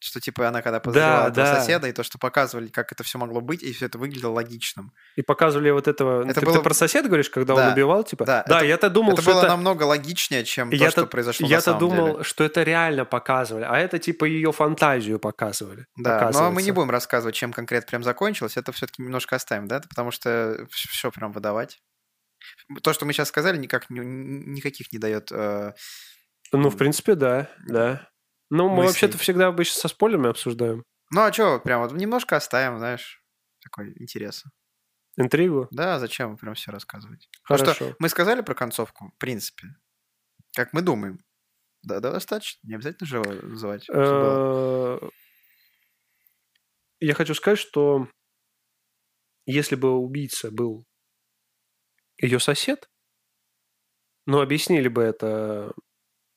Speaker 2: Что типа она когда подозревала этого
Speaker 1: да.
Speaker 2: соседа, и то, что показывали, как это все могло быть, и все это выглядело логичным.
Speaker 1: И показывали вот этого... ты,
Speaker 2: Это
Speaker 1: ты
Speaker 2: было-
Speaker 1: про соседа говоришь, когда он
Speaker 2: Да.
Speaker 1: убивал, типа?
Speaker 2: Да, это-
Speaker 1: я-то думал,
Speaker 2: это
Speaker 1: что
Speaker 2: было
Speaker 1: это...
Speaker 2: намного логичнее, чем то,
Speaker 1: Я-то-
Speaker 2: что произошло на
Speaker 1: Я-то
Speaker 2: самом
Speaker 1: думал,
Speaker 2: деле.
Speaker 1: что это реально показывали, а это типа ее фантазию показывали.
Speaker 2: Да, но мы не
Speaker 1: оказывается.
Speaker 2: будем рассказывать, чем конкретно прям закончилось. Это все-таки немножко оставим, да? Потому что все прям выдавать. То, что мы сейчас сказали, никак, ни- ни- никаких не э, дает
Speaker 1: Ну, в принципе, да, да. Ну, мы
Speaker 2: Мыслей.
Speaker 1: вообще-то всегда обычно со спойлерами обсуждаем
Speaker 2: Ну а что, прям вот немножко оставим, знаешь, такой интереса.
Speaker 1: интригу.
Speaker 2: Да, зачем прям все рассказывать? Потому
Speaker 1: Хорошо.
Speaker 2: что мы сказали про концовку, в принципе, как мы думаем. Да, да, достаточно. Не обязательно же его называть. чтобы было.
Speaker 1: Э, Я хочу сказать, что если бы убийца был ее сосед, ну, объяснили бы это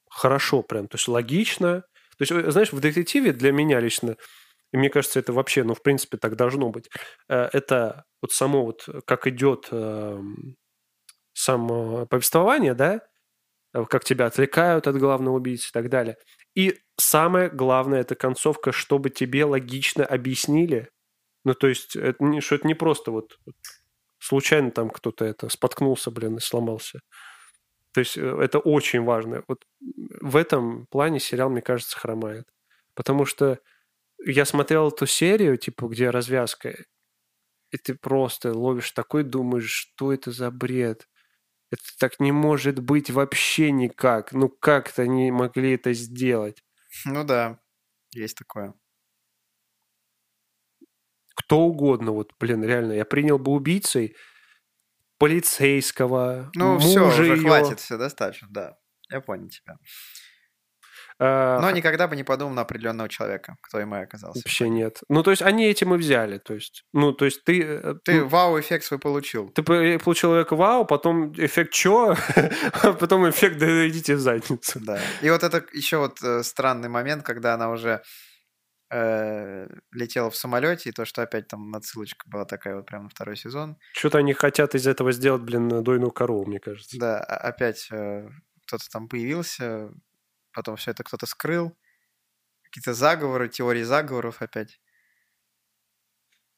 Speaker 1: хорошо прям, то есть логично. То есть, э, знаешь, в детективе для меня лично, и мне кажется, это вообще, ну, в принципе, так должно быть, э, это вот само вот, э, как идет эм, само повествование, да, э, как тебя отвлекают от главного убийцы и так далее. И самое главное, это концовка, чтобы тебе логично объяснили. Ну, то есть, это не, что это не просто вот случайно там кто-то это споткнулся, блин, и сломался. То есть, э, это очень важно. Вот в этом плане сериал, мне кажется, хромает. Потому что я смотрел эту серию, типа, где развязка, и ты просто ловишь такой, думаешь, что это за бред? Это так не может быть вообще никак. Ну, как-то они могли это сделать.
Speaker 2: Ну да, есть такое.
Speaker 1: кто угодно, вот, блин, реально, я принял бы убийцей полицейского,
Speaker 2: Ну
Speaker 1: мужа
Speaker 2: все, уже
Speaker 1: её.
Speaker 2: хватит, все достаточно, да. Я понял тебя.
Speaker 1: а,
Speaker 2: Но никогда бы не подумал на определенного человека, кто им и оказался.
Speaker 1: Вообще нет. Ну, то есть они этим и взяли. То есть, ну, то есть ты... э,
Speaker 2: Ты
Speaker 1: ну,
Speaker 2: вау-эффект свой получил.
Speaker 1: ты п- э, получил человека вау, потом эффект чё, а потом эффект да идите в задницу.
Speaker 2: Да. И вот это еще вот э, странный момент, когда она уже э, летела в самолете, и то, что опять там отсылочка была такая вот прям на второй сезон.
Speaker 1: Что-то они хотят из этого сделать, блин, дойную корову, мне кажется.
Speaker 2: Да, о- опять э, кто-то там появился, потом все это кто-то скрыл. Какие-то заговоры, теории заговоров опять.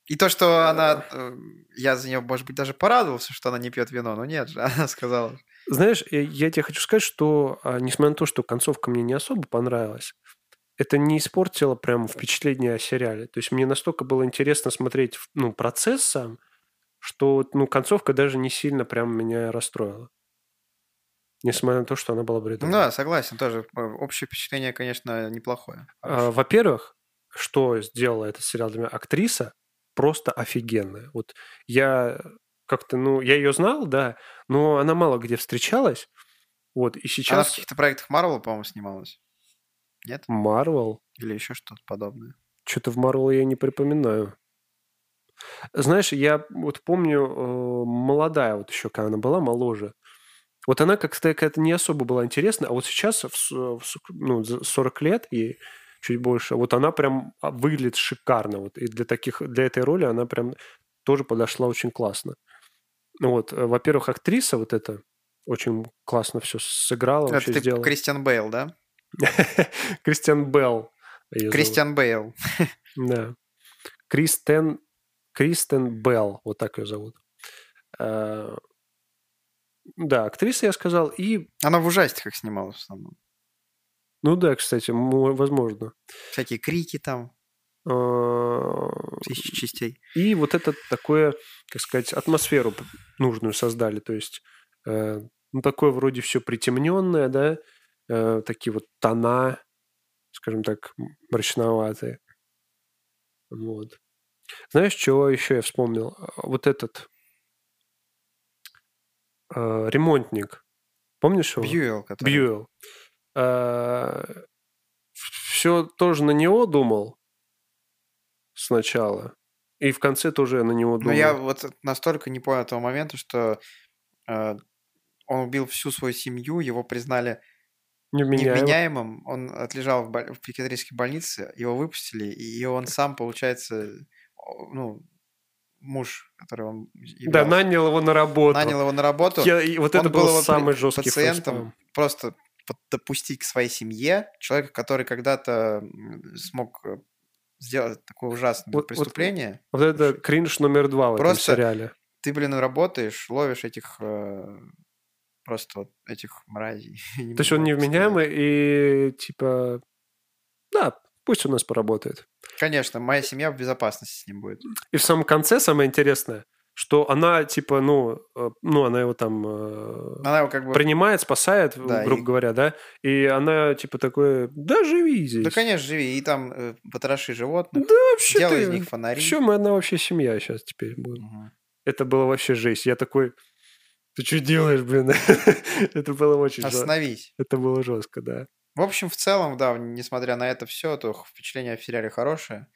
Speaker 2: И то, что она... э, Я за нее, может быть, даже порадовался, что она не пьет вино, но нет же, она сказала.
Speaker 1: Знаешь, э, я тебе хочу сказать, что а, несмотря на то, что концовка мне не особо понравилась, это не испортило прям впечатление о сериале. То есть мне настолько было интересно смотреть ну, процесс сам, что вот, ну, концовка даже не сильно прям меня расстроила. Несмотря на то, что она была
Speaker 2: Ну
Speaker 1: бредовой.
Speaker 2: да, согласен, тоже. э, Общее впечатление, конечно, неплохое.
Speaker 1: А, Во-первых, что сделала этот сериал для меня? Актриса просто офигенная. Вот я как-то, ну, я ее знал, да, но она мало где встречалась. Вот, и
Speaker 2: Она в
Speaker 1: сейчас...
Speaker 2: каких-то проектах Марвел, по-моему, снималась. Нет?
Speaker 1: Марвел.
Speaker 2: Или еще что-то подобное.
Speaker 1: Что-то в Марвел я не припоминаю. Знаешь, я вот помню, э, молодая вот еще, когда она была, моложе. Вот она как-то какая-то не особо была интересна, а вот сейчас, в, с- в с- ну, за 40 лет и чуть больше, вот она прям а, выглядит шикарно. Вот. И для, таких, для этой роли она прям тоже подошла очень классно. Ну Вот, э, во-первых, актриса вот эта очень классно все сыграла, вообще
Speaker 2: Это ты
Speaker 1: сделала.
Speaker 2: Кристиан Бейл, да?
Speaker 1: Кристиан Белл. её зовут.
Speaker 2: Кристиан Бейл.
Speaker 1: Да. Кристен, Кристен Белл, вот так ее зовут. Э, Да, актриса, я сказал, и...
Speaker 2: Она в ужастиках снималась в основном.
Speaker 1: Ну да, кстати, мо- возможно.
Speaker 2: Всякие крики там,
Speaker 1: Э,
Speaker 2: тысячи частей.
Speaker 1: И вот это такое, как сказать, атмосферу п- нужную создали. То есть, э, ну, такое вроде все притемненное, да, э, такие вот тона, скажем так, м- мрачноватые. Вот. Знаешь, чего еще я вспомнил? А, Вот этот э, ремонтник. Помнишь его?
Speaker 2: Бьюэлл, который...
Speaker 1: Бьюэлл. Все тоже на него думал сначала. И в конце тоже на него
Speaker 2: Ну,
Speaker 1: думал.
Speaker 2: я вот настолько не понял того момента, что э, он убил всю свою семью, его признали
Speaker 1: Невменяемый.
Speaker 2: невменяемым, он отлежал в, боль- в психиатрической больнице, его выпустили, и он сам, получается, о, ну, муж, который он
Speaker 1: Да,
Speaker 2: являлся,
Speaker 1: нанял его на работу.
Speaker 2: нанял его на работу.
Speaker 1: Я- и вот
Speaker 2: Он
Speaker 1: это был,
Speaker 2: был его
Speaker 1: самый
Speaker 2: при-
Speaker 1: жесткий
Speaker 2: пациентом.
Speaker 1: фейспалм.
Speaker 2: просто под- допустить к своей семье человека, который когда-то м, смог э, сделать такое ужасное
Speaker 1: Вот- вот-
Speaker 2: преступление.
Speaker 1: Вот это кринж номер два в
Speaker 2: Просто-
Speaker 1: этом сериале.
Speaker 2: Ты, блин, работаешь, ловишь этих э, просто вот этих мразей. Я не
Speaker 1: То есть
Speaker 2: могу
Speaker 1: он
Speaker 2: как сказать.
Speaker 1: невменяемый и типа... Да, пусть у нас поработает.
Speaker 2: Конечно, моя семья в безопасности с ним будет.
Speaker 1: И в самом конце самое интересное, что она типа, ну, э, ну она его там э,
Speaker 2: Она его как бы...
Speaker 1: принимает, спасает,
Speaker 2: Да,
Speaker 1: грубо
Speaker 2: и-
Speaker 1: говоря, да? И она типа такое, да живи здесь.
Speaker 2: Да, конечно, живи. И там э, потроши животных,
Speaker 1: Да вообще
Speaker 2: делай
Speaker 1: ты...
Speaker 2: из них фонари.
Speaker 1: Чё мы одна вообще семья сейчас теперь будем?
Speaker 2: Мгм.
Speaker 1: Это было вообще жесть. Я такой, ты что делаешь, блин? Это было очень жестко.
Speaker 2: Остановись.
Speaker 1: Это было жестко, да.
Speaker 2: В общем, в целом, да, несмотря на это все, то х- впечатление в сериале хорошее.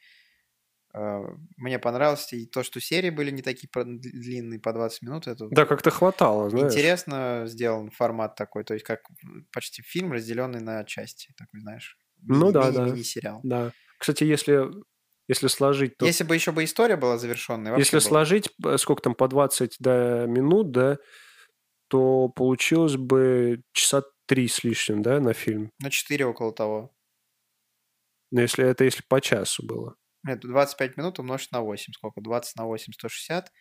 Speaker 2: Э, Мне понравилось и то, что серии были не такие про- дли- длинные, по 20 минут. Это
Speaker 1: Да, как-то хватало, знаешь.
Speaker 2: интересно сделан формат такой, то есть как м, почти фильм, разделенный на части, такой, знаешь.
Speaker 1: Ну
Speaker 2: мини-
Speaker 1: да,
Speaker 2: мини-
Speaker 1: да.
Speaker 2: Мини-сериал.
Speaker 1: Да. Кстати, если, если сложить, то... Если,
Speaker 2: Если бы еще бы история была завершенная, вообще было бы.
Speaker 1: сложить, э, сколько там, по 20 да, минут, да, то получилось бы часа три с лишним, да, на фильм.
Speaker 2: Ну, 4 около того.
Speaker 1: Но если это если по часу было.
Speaker 2: Нет, 25 минут умножить на 8. Сколько? 20 на 8 – 160,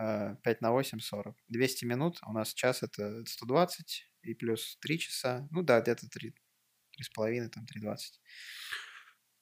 Speaker 2: э, 5 на 8 – 40. 200 минут, а у нас час – это 120, и плюс 3 часа. Ну да, где-то 3, 3,5, там 3,20.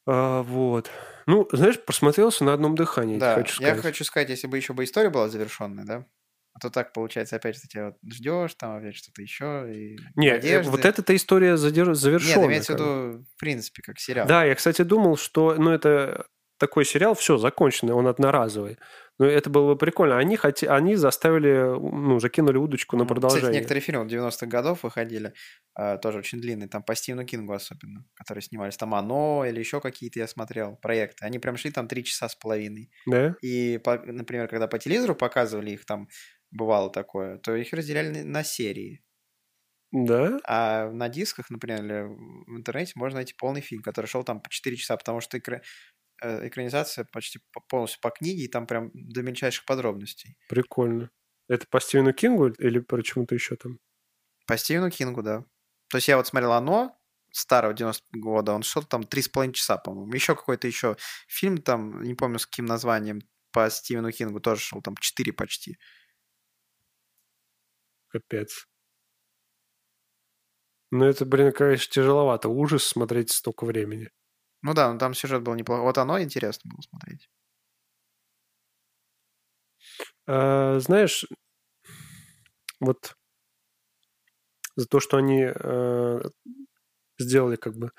Speaker 1: А, вот. Ну, знаешь, просмотрелся на одном дыхании,
Speaker 2: Да,
Speaker 1: хочу
Speaker 2: я
Speaker 1: Ну, сказать.
Speaker 2: хочу сказать, если бы еще бы история была завершенная, да? А то так получается, опять же, ты тебя вот ждешь, там опять что-то еще. И
Speaker 1: Не, э,
Speaker 2: надежды.
Speaker 1: вот эта-то история задерж...
Speaker 2: Нет,
Speaker 1: завершена.
Speaker 2: имеется в
Speaker 1: как бы.
Speaker 2: виду, в принципе, как сериал.
Speaker 1: Да, я, кстати, думал, что, ну, это такой сериал, все, законченный, он одноразовый. Но это было бы прикольно. Они, хоте- Они заставили, ну, закинули удочку на
Speaker 2: М, Кстати,
Speaker 1: продолжение.
Speaker 2: некоторые фильмы 90-х годов выходили, а, тоже очень длинные, там по Стивену Кингу особенно, которые снимались, там «Оно» или еще какие-то я смотрел проекты, они прям шли там три часа с половиной.
Speaker 1: Да?
Speaker 2: И, по- например, когда по телевизору показывали их там, бывало такое, то их разделяли на- на серии.
Speaker 1: Да?
Speaker 2: А на дисках, например, или в интернете можно найти полный фильм, который шел там по 4 часа, потому что экра- э, экранизация почти по- полностью по книге, и там прям до мельчайших подробностей.
Speaker 1: Прикольно. Это по Стивену Кингу или по чему-то еще там?
Speaker 2: По Стивену Кингу, да. То есть я вот смотрел «Оно», старого 90 года, он шел там 3,5 часа, по-моему. Еще какой-то еще фильм там, не помню с каким названием, по Стивену Кингу тоже шел там 4 почти.
Speaker 1: Капец. Ну, это, блин, конечно, тяжеловато. Ужас смотреть столько времени.
Speaker 2: Ну да, ну там сюжет был неплохой. Вот оно интересно было смотреть.
Speaker 1: А, знаешь, вот за то, что они э, сделали как бы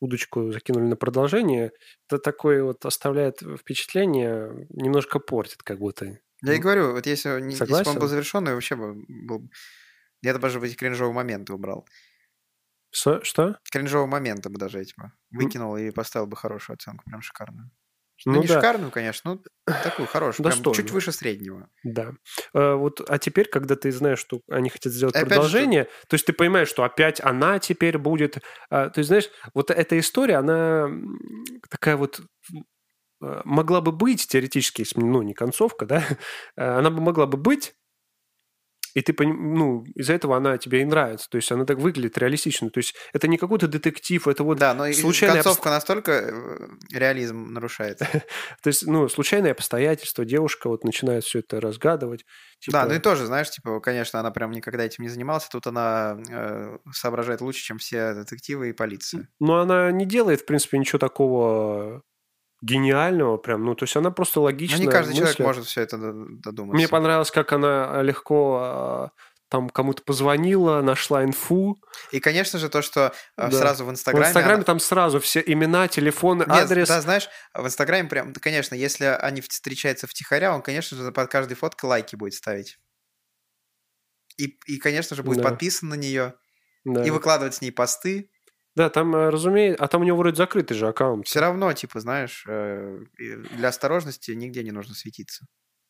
Speaker 1: удочку, закинули на продолжение, это такое вот оставляет впечатление, немножко портит как будто.
Speaker 2: Я и
Speaker 1: Ну,
Speaker 2: говорю, вот если, он не- если бы он
Speaker 1: согласен.
Speaker 2: был завершен, я вообще бы был... Я бы даже бы эти кринжовые моменты убрал.
Speaker 1: Со- Что?
Speaker 2: Кринжовые моменты бы даже эти бы выкинул и поставил бы хорошую оценку, прям шикарную. Ну,
Speaker 1: Ну
Speaker 2: не
Speaker 1: да.
Speaker 2: шикарную, конечно, но такую хорошую, прям чуть
Speaker 1: Достойную.
Speaker 2: выше среднего.
Speaker 1: Да. Э, вот, а теперь, когда ты знаешь, что они хотят сделать
Speaker 2: Опять же,
Speaker 1: продолжение, то есть ты понимаешь, что опять она теперь будет... э, то есть, знаешь, вот эта история, она м, такая вот м, э, могла бы быть теоретически, если, бы, ну, не концовка, да, э, она бы могла бы быть, и ты, поним- ну, из-за этого она тебе и нравится. То есть она так выглядит реалистично. То есть это не какой-то детектив, это вот
Speaker 2: Да, но и
Speaker 1: случайная
Speaker 2: концовка настолько э, реализм нарушает.
Speaker 1: то есть, ну, случайные обстоятельства, девушка вот начинает все это разгадывать.
Speaker 2: Да,
Speaker 1: типа,
Speaker 2: ну и тоже, знаешь, типа, конечно, она прям никогда этим не занималась, тут она э, соображает лучше, чем все детективы и полиция.
Speaker 1: Но она не делает, в принципе, ничего такого гениального прям. Ну, то есть она просто
Speaker 2: Ну,
Speaker 1: логично
Speaker 2: не каждый человек
Speaker 1: мыслит.
Speaker 2: может все это д- додуматься.
Speaker 1: Мне понравилось, как она легко а, там кому-то позвонила, нашла инфу.
Speaker 2: И, конечно же, то, что э,
Speaker 1: Да.
Speaker 2: сразу в Инстаграме...
Speaker 1: в Инстаграме
Speaker 2: она-
Speaker 1: там сразу все имена, телефоны,
Speaker 2: Нет,
Speaker 1: адрес.
Speaker 2: Да, знаешь, в Инстаграме прям, конечно, если они встречаются втихаря, он, конечно же, под каждой фоткой лайки будет ставить. И, и конечно же, будет
Speaker 1: Да.
Speaker 2: подписан на нее.
Speaker 1: Да.
Speaker 2: И выкладывать с ней посты.
Speaker 1: Да, там, э, разумеется, а там у него вроде закрытый же аккаунт.
Speaker 2: Все равно, типа, знаешь, э, и для осторожности нигде не нужно светиться.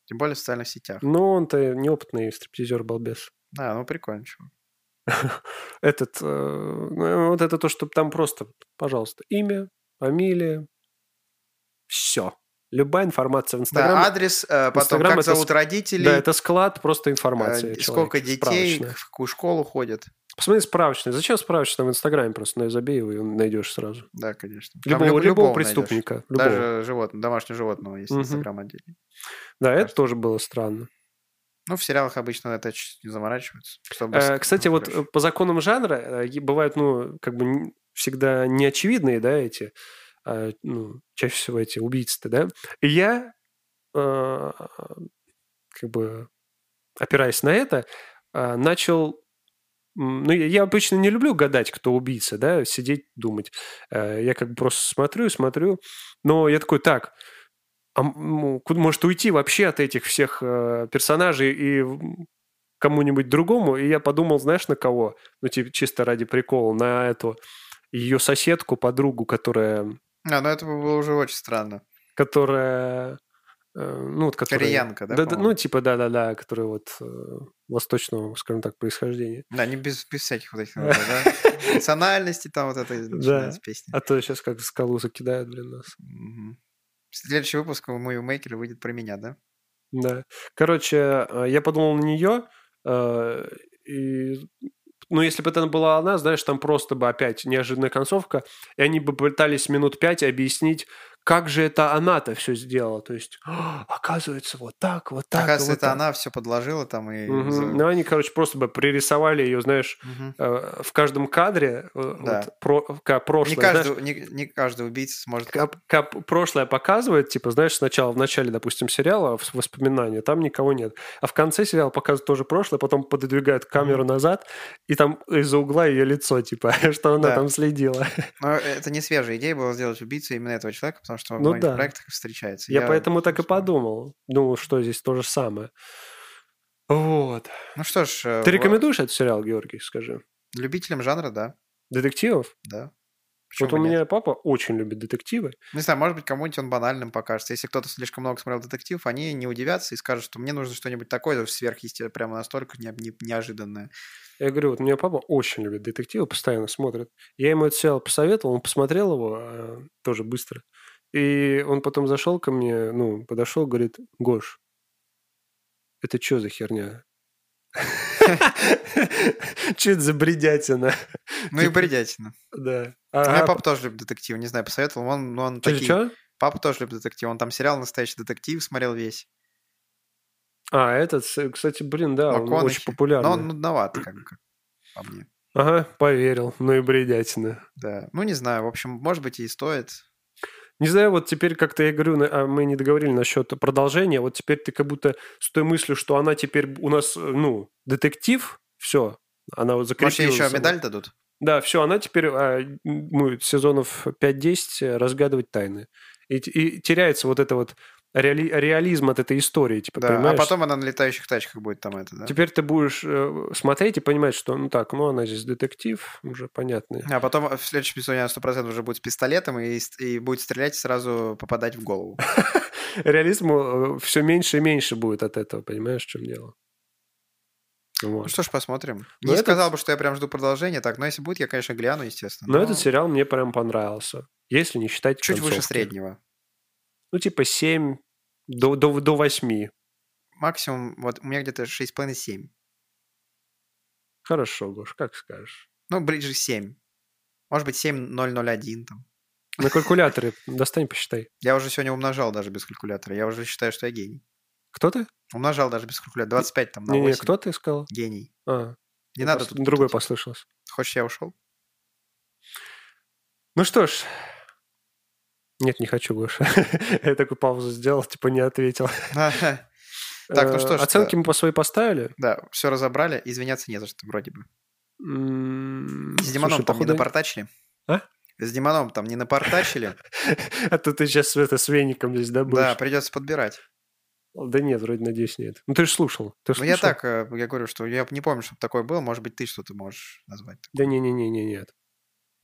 Speaker 2: Тем более в социальных сетях.
Speaker 1: Но он-то неопытный стриптизер балбес.
Speaker 2: Да, ну прикольно, чувак.
Speaker 1: Этот, э, ну, вот это то, что там просто, пожалуйста, имя, фамилия, все. Любая информация в Инстаграме.
Speaker 2: Да, адрес, э, потом
Speaker 1: Инстаграм
Speaker 2: как
Speaker 1: это
Speaker 2: зовут
Speaker 1: ск-
Speaker 2: родителей,
Speaker 1: Да, это склад просто
Speaker 2: э,
Speaker 1: информации. человека,
Speaker 2: сколько детей,
Speaker 1: справочная.
Speaker 2: в какую школу ходят.
Speaker 1: Посмотри справочный. Зачем справочный в Инстаграме? Просто на- забей его и найдешь сразу.
Speaker 2: Да, конечно. Там
Speaker 1: Любого,
Speaker 2: люб-
Speaker 1: любого
Speaker 2: найдешь.
Speaker 1: преступника. любого.
Speaker 2: Даже животного, домашнего животного есть
Speaker 1: Мгм.
Speaker 2: Инстаграм отдельный.
Speaker 1: Да, это
Speaker 2: кажется.
Speaker 1: тоже было странно.
Speaker 2: Ну, в сериалах обычно это чуть не заморачиваются. чтобы
Speaker 1: Э,
Speaker 2: с-
Speaker 1: Кстати, вот
Speaker 2: хорошо.
Speaker 1: э, по законам жанра э, е- бывают, ну, как бы н- всегда неочевидные, да, эти, э, ну, чаще всего эти убийцы-то, да. И я, э, как бы, опираясь на это, э, начал... м, Ну, я- я обычно не люблю гадать, кто убийца, да, сидеть, думать. Э, Я как бы просто смотрю, смотрю, но я такой, так, а, м, ну, куда- может уйти вообще от этих всех э, персонажей и м, кому-нибудь другому, и я подумал, знаешь, на кого? Ну, типа, чисто ради прикола, на эту ее соседку, подругу, которая,
Speaker 2: А, ну это было уже очень странно.
Speaker 1: которая, э, ну, вот, которая...
Speaker 2: Кореянка, да,
Speaker 1: Да,
Speaker 2: по-моему?
Speaker 1: ну, типа, да-да-да, которая вот э, восточного, скажем так, происхождения.
Speaker 2: Да, не без, без всяких вот этих, вот, да? Национальности там вот это начинается песня.
Speaker 1: А то сейчас как в скалу закидают, блин, нас.
Speaker 2: Мгм. Следующий выпуск у Мейкера выйдет про меня, да?
Speaker 1: Да. Короче, э, я подумал на нее, э, и... Ну, если бы это была она, знаешь, там просто бы опять неожиданная концовка, и они бы пытались минут пять объяснить, как же это она-то все сделала. То есть, «А, оказывается, вот так, вот так. и
Speaker 2: Оказывается,
Speaker 1: вот
Speaker 2: это
Speaker 1: так».
Speaker 2: она все подложила там и...
Speaker 1: Мгм.
Speaker 2: за-
Speaker 1: Ну, они, короче, просто бы пририсовали ее, знаешь,
Speaker 2: Мгм.
Speaker 1: э, в каждом кадре э,
Speaker 2: Да.
Speaker 1: вот про- ка- прошлое.
Speaker 2: Не
Speaker 1: знаешь,
Speaker 2: каждый, не, не каждый убийца сможет...
Speaker 1: Кап- кап- прошлое показывает, типа, знаешь, сначала в начале, допустим, сериала, в- воспоминания, там никого нет. А в конце сериала показывают тоже прошлое, потом пододвигают камеру назад, и там из-за угла ее лицо, типа, что она
Speaker 2: Да.
Speaker 1: там следила.
Speaker 2: Но это не свежая идея была сделать убийцу именно этого человека, потому что во
Speaker 1: Ну
Speaker 2: многих
Speaker 1: да.
Speaker 2: проектах встречается.
Speaker 1: Я поэтому так и
Speaker 2: вспомнил.
Speaker 1: подумал. Думал, что здесь то же самое. Вот.
Speaker 2: Ну что ж... э,
Speaker 1: Ты
Speaker 2: во-
Speaker 1: рекомендуешь этот сериал, Георгий, скажи?
Speaker 2: Любителям жанра, да.
Speaker 1: Детективов?
Speaker 2: Да.
Speaker 1: вот у
Speaker 2: бы нет?
Speaker 1: меня папа очень любит детективы.
Speaker 2: Не знаю, может быть, кому-нибудь он банальным покажется. Если кто-то слишком много смотрел детектив, они не удивятся и скажут, что мне нужно что-нибудь такое сверхъестественное, прямо настолько не- не- неожиданное.
Speaker 1: Я говорю, вот у меня папа очень любит детективы, постоянно смотрит. Я ему этот сериал посоветовал, он посмотрел его э, тоже быстро. И он потом зашел ко мне, ну, подошел, говорит, Гош, это что за херня? Что это за бредятина?
Speaker 2: Ну и бредятина.
Speaker 1: Да.
Speaker 2: У меня
Speaker 1: Ага.
Speaker 2: папа тоже любит детектив, не знаю, посоветовал. Он, но он
Speaker 1: Чё-
Speaker 2: такие-
Speaker 1: чё?
Speaker 2: Папа тоже любит детектив. Он там сериал «Настоящий детектив» смотрел весь.
Speaker 1: А, этот, с- кстати, блин, да, он
Speaker 2: МакКонахи.
Speaker 1: очень популярный.
Speaker 2: Но он нудноват, как бы, как по мне.
Speaker 1: Ага, поверил. Ну и бредятина.
Speaker 2: Да. Ну, не знаю. В общем, может быть, и стоит.
Speaker 1: Не знаю, вот теперь как-то я говорю, на- а мы не договорили насчет продолжения, вот теперь ты как будто с той мыслью, что она теперь у нас, э, ну, детектив, все, она вот
Speaker 2: Может, ей
Speaker 1: закрепилась.
Speaker 2: еще медаль дадут?
Speaker 1: Да, все, она теперь, а, м, мы сезонов 5-10 э, разгадывать тайны. И, т- и теряется вот это вот реали- реализм от этой истории, типа,
Speaker 2: Да. А
Speaker 1: понимаешь?
Speaker 2: потом она на летающих тачках будет там это, да?
Speaker 1: Теперь ты будешь э, смотреть и понимать, что, ну так, ну она здесь детектив, уже понятно.
Speaker 2: А потом в следующем эпизоде она 100% уже будет с пистолетом и, с- и будет стрелять и сразу попадать в голову.
Speaker 1: Реализму все э, меньше и меньше будет от этого, понимаешь, в чем дело?
Speaker 2: Ну
Speaker 1: Вот.
Speaker 2: что ж, посмотрим.
Speaker 1: Но
Speaker 2: не
Speaker 1: Ну этот-
Speaker 2: сказал бы, что я прям жду продолжения, так, но если будет, я, конечно, гляну, естественно.
Speaker 1: Но Ну этот сериал мне прям понравился. Если не считать
Speaker 2: Чуть выше
Speaker 1: концовки.
Speaker 2: среднего.
Speaker 1: Ну, типа 7 до, до, до 8.
Speaker 2: Максимум, вот у меня где-то 6,5-7.
Speaker 1: Хорошо, Гош, как скажешь.
Speaker 2: Ну, ближе 7. Может быть, 7,001 там.
Speaker 1: На калькуляторе достань, посчитай.
Speaker 2: Я уже сегодня умножал даже без калькулятора. Я уже считаю, что я гений.
Speaker 1: Кто ты?
Speaker 2: Умножал даже без калькулятора. 25 там на
Speaker 1: Не, не,
Speaker 2: 8.
Speaker 1: кто ты сказал?
Speaker 2: Гений.
Speaker 1: А,
Speaker 2: Не надо
Speaker 1: пос-
Speaker 2: тут...
Speaker 1: другой
Speaker 2: путать.
Speaker 1: послышалось.
Speaker 2: Хочешь, я ушел?
Speaker 1: Ну что ж. Нет, не хочу, Гоша. Я такую паузу сделал, типа не ответил.
Speaker 2: Так, ну
Speaker 1: Э,
Speaker 2: что ж.
Speaker 1: Оценки
Speaker 2: э,
Speaker 1: мы по своей поставили.
Speaker 2: Да, все разобрали. Извиняться не за что, вроде бы.
Speaker 1: М,
Speaker 2: С Димоном
Speaker 1: М-м, слушай,
Speaker 2: там не
Speaker 1: походу-
Speaker 2: напортачили?
Speaker 1: А?
Speaker 2: С Димоном там не напортачили?
Speaker 1: А то ты сейчас это с веником здесь
Speaker 2: Да,
Speaker 1: добавишь.
Speaker 2: придется подбирать.
Speaker 1: Да нет, вроде, надеюсь, нет. Ну ты же слушал. Ты ж
Speaker 2: Ну, я
Speaker 1: слушал?
Speaker 2: так, э, я говорю, что я не помню, чтобы такое было. Может быть, ты что-то можешь назвать.
Speaker 1: Да не-не-не-не, нет.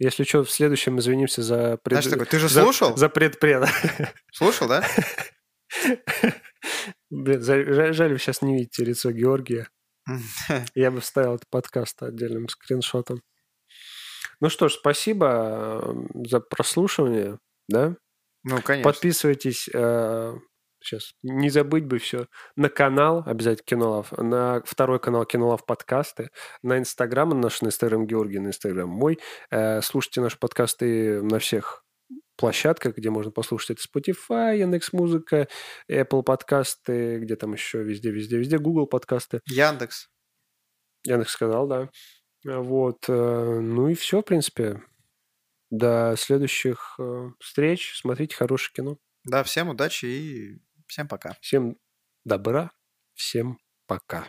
Speaker 1: Если что, в следующем извинимся за пред...
Speaker 2: Знаешь, такой, ты же
Speaker 1: за-
Speaker 2: слушал?
Speaker 1: За предпреда.
Speaker 2: Слушал, да?
Speaker 1: Блин, за- жаль, жаль, вы сейчас не видите лицо Георгия. Я бы вставил этот подкаст отдельным скриншотом. Ну что ж, спасибо э, за прослушивание, да?
Speaker 2: Ну, конечно.
Speaker 1: Подписывайтесь, сейчас, не забыть бы все, на канал, обязательно Кинолав, на второй канал Кинолав подкасты, на Инстаграм, наш на Инстаграм Георгий, на Инстаграм мой. Э, Слушайте наши подкасты на всех площадках, где можно послушать это Spotify, Яндекс Музыка, Apple подкасты, где там еще везде, везде, везде, Google подкасты.
Speaker 2: Яндекс.
Speaker 1: Яндекс сказал, да. Э, Вот. э, Ну и все, в принципе. До следующих э, встреч. Смотрите хорошее кино.
Speaker 2: Да, всем удачи и всем пока.
Speaker 1: Всем добра, всем пока.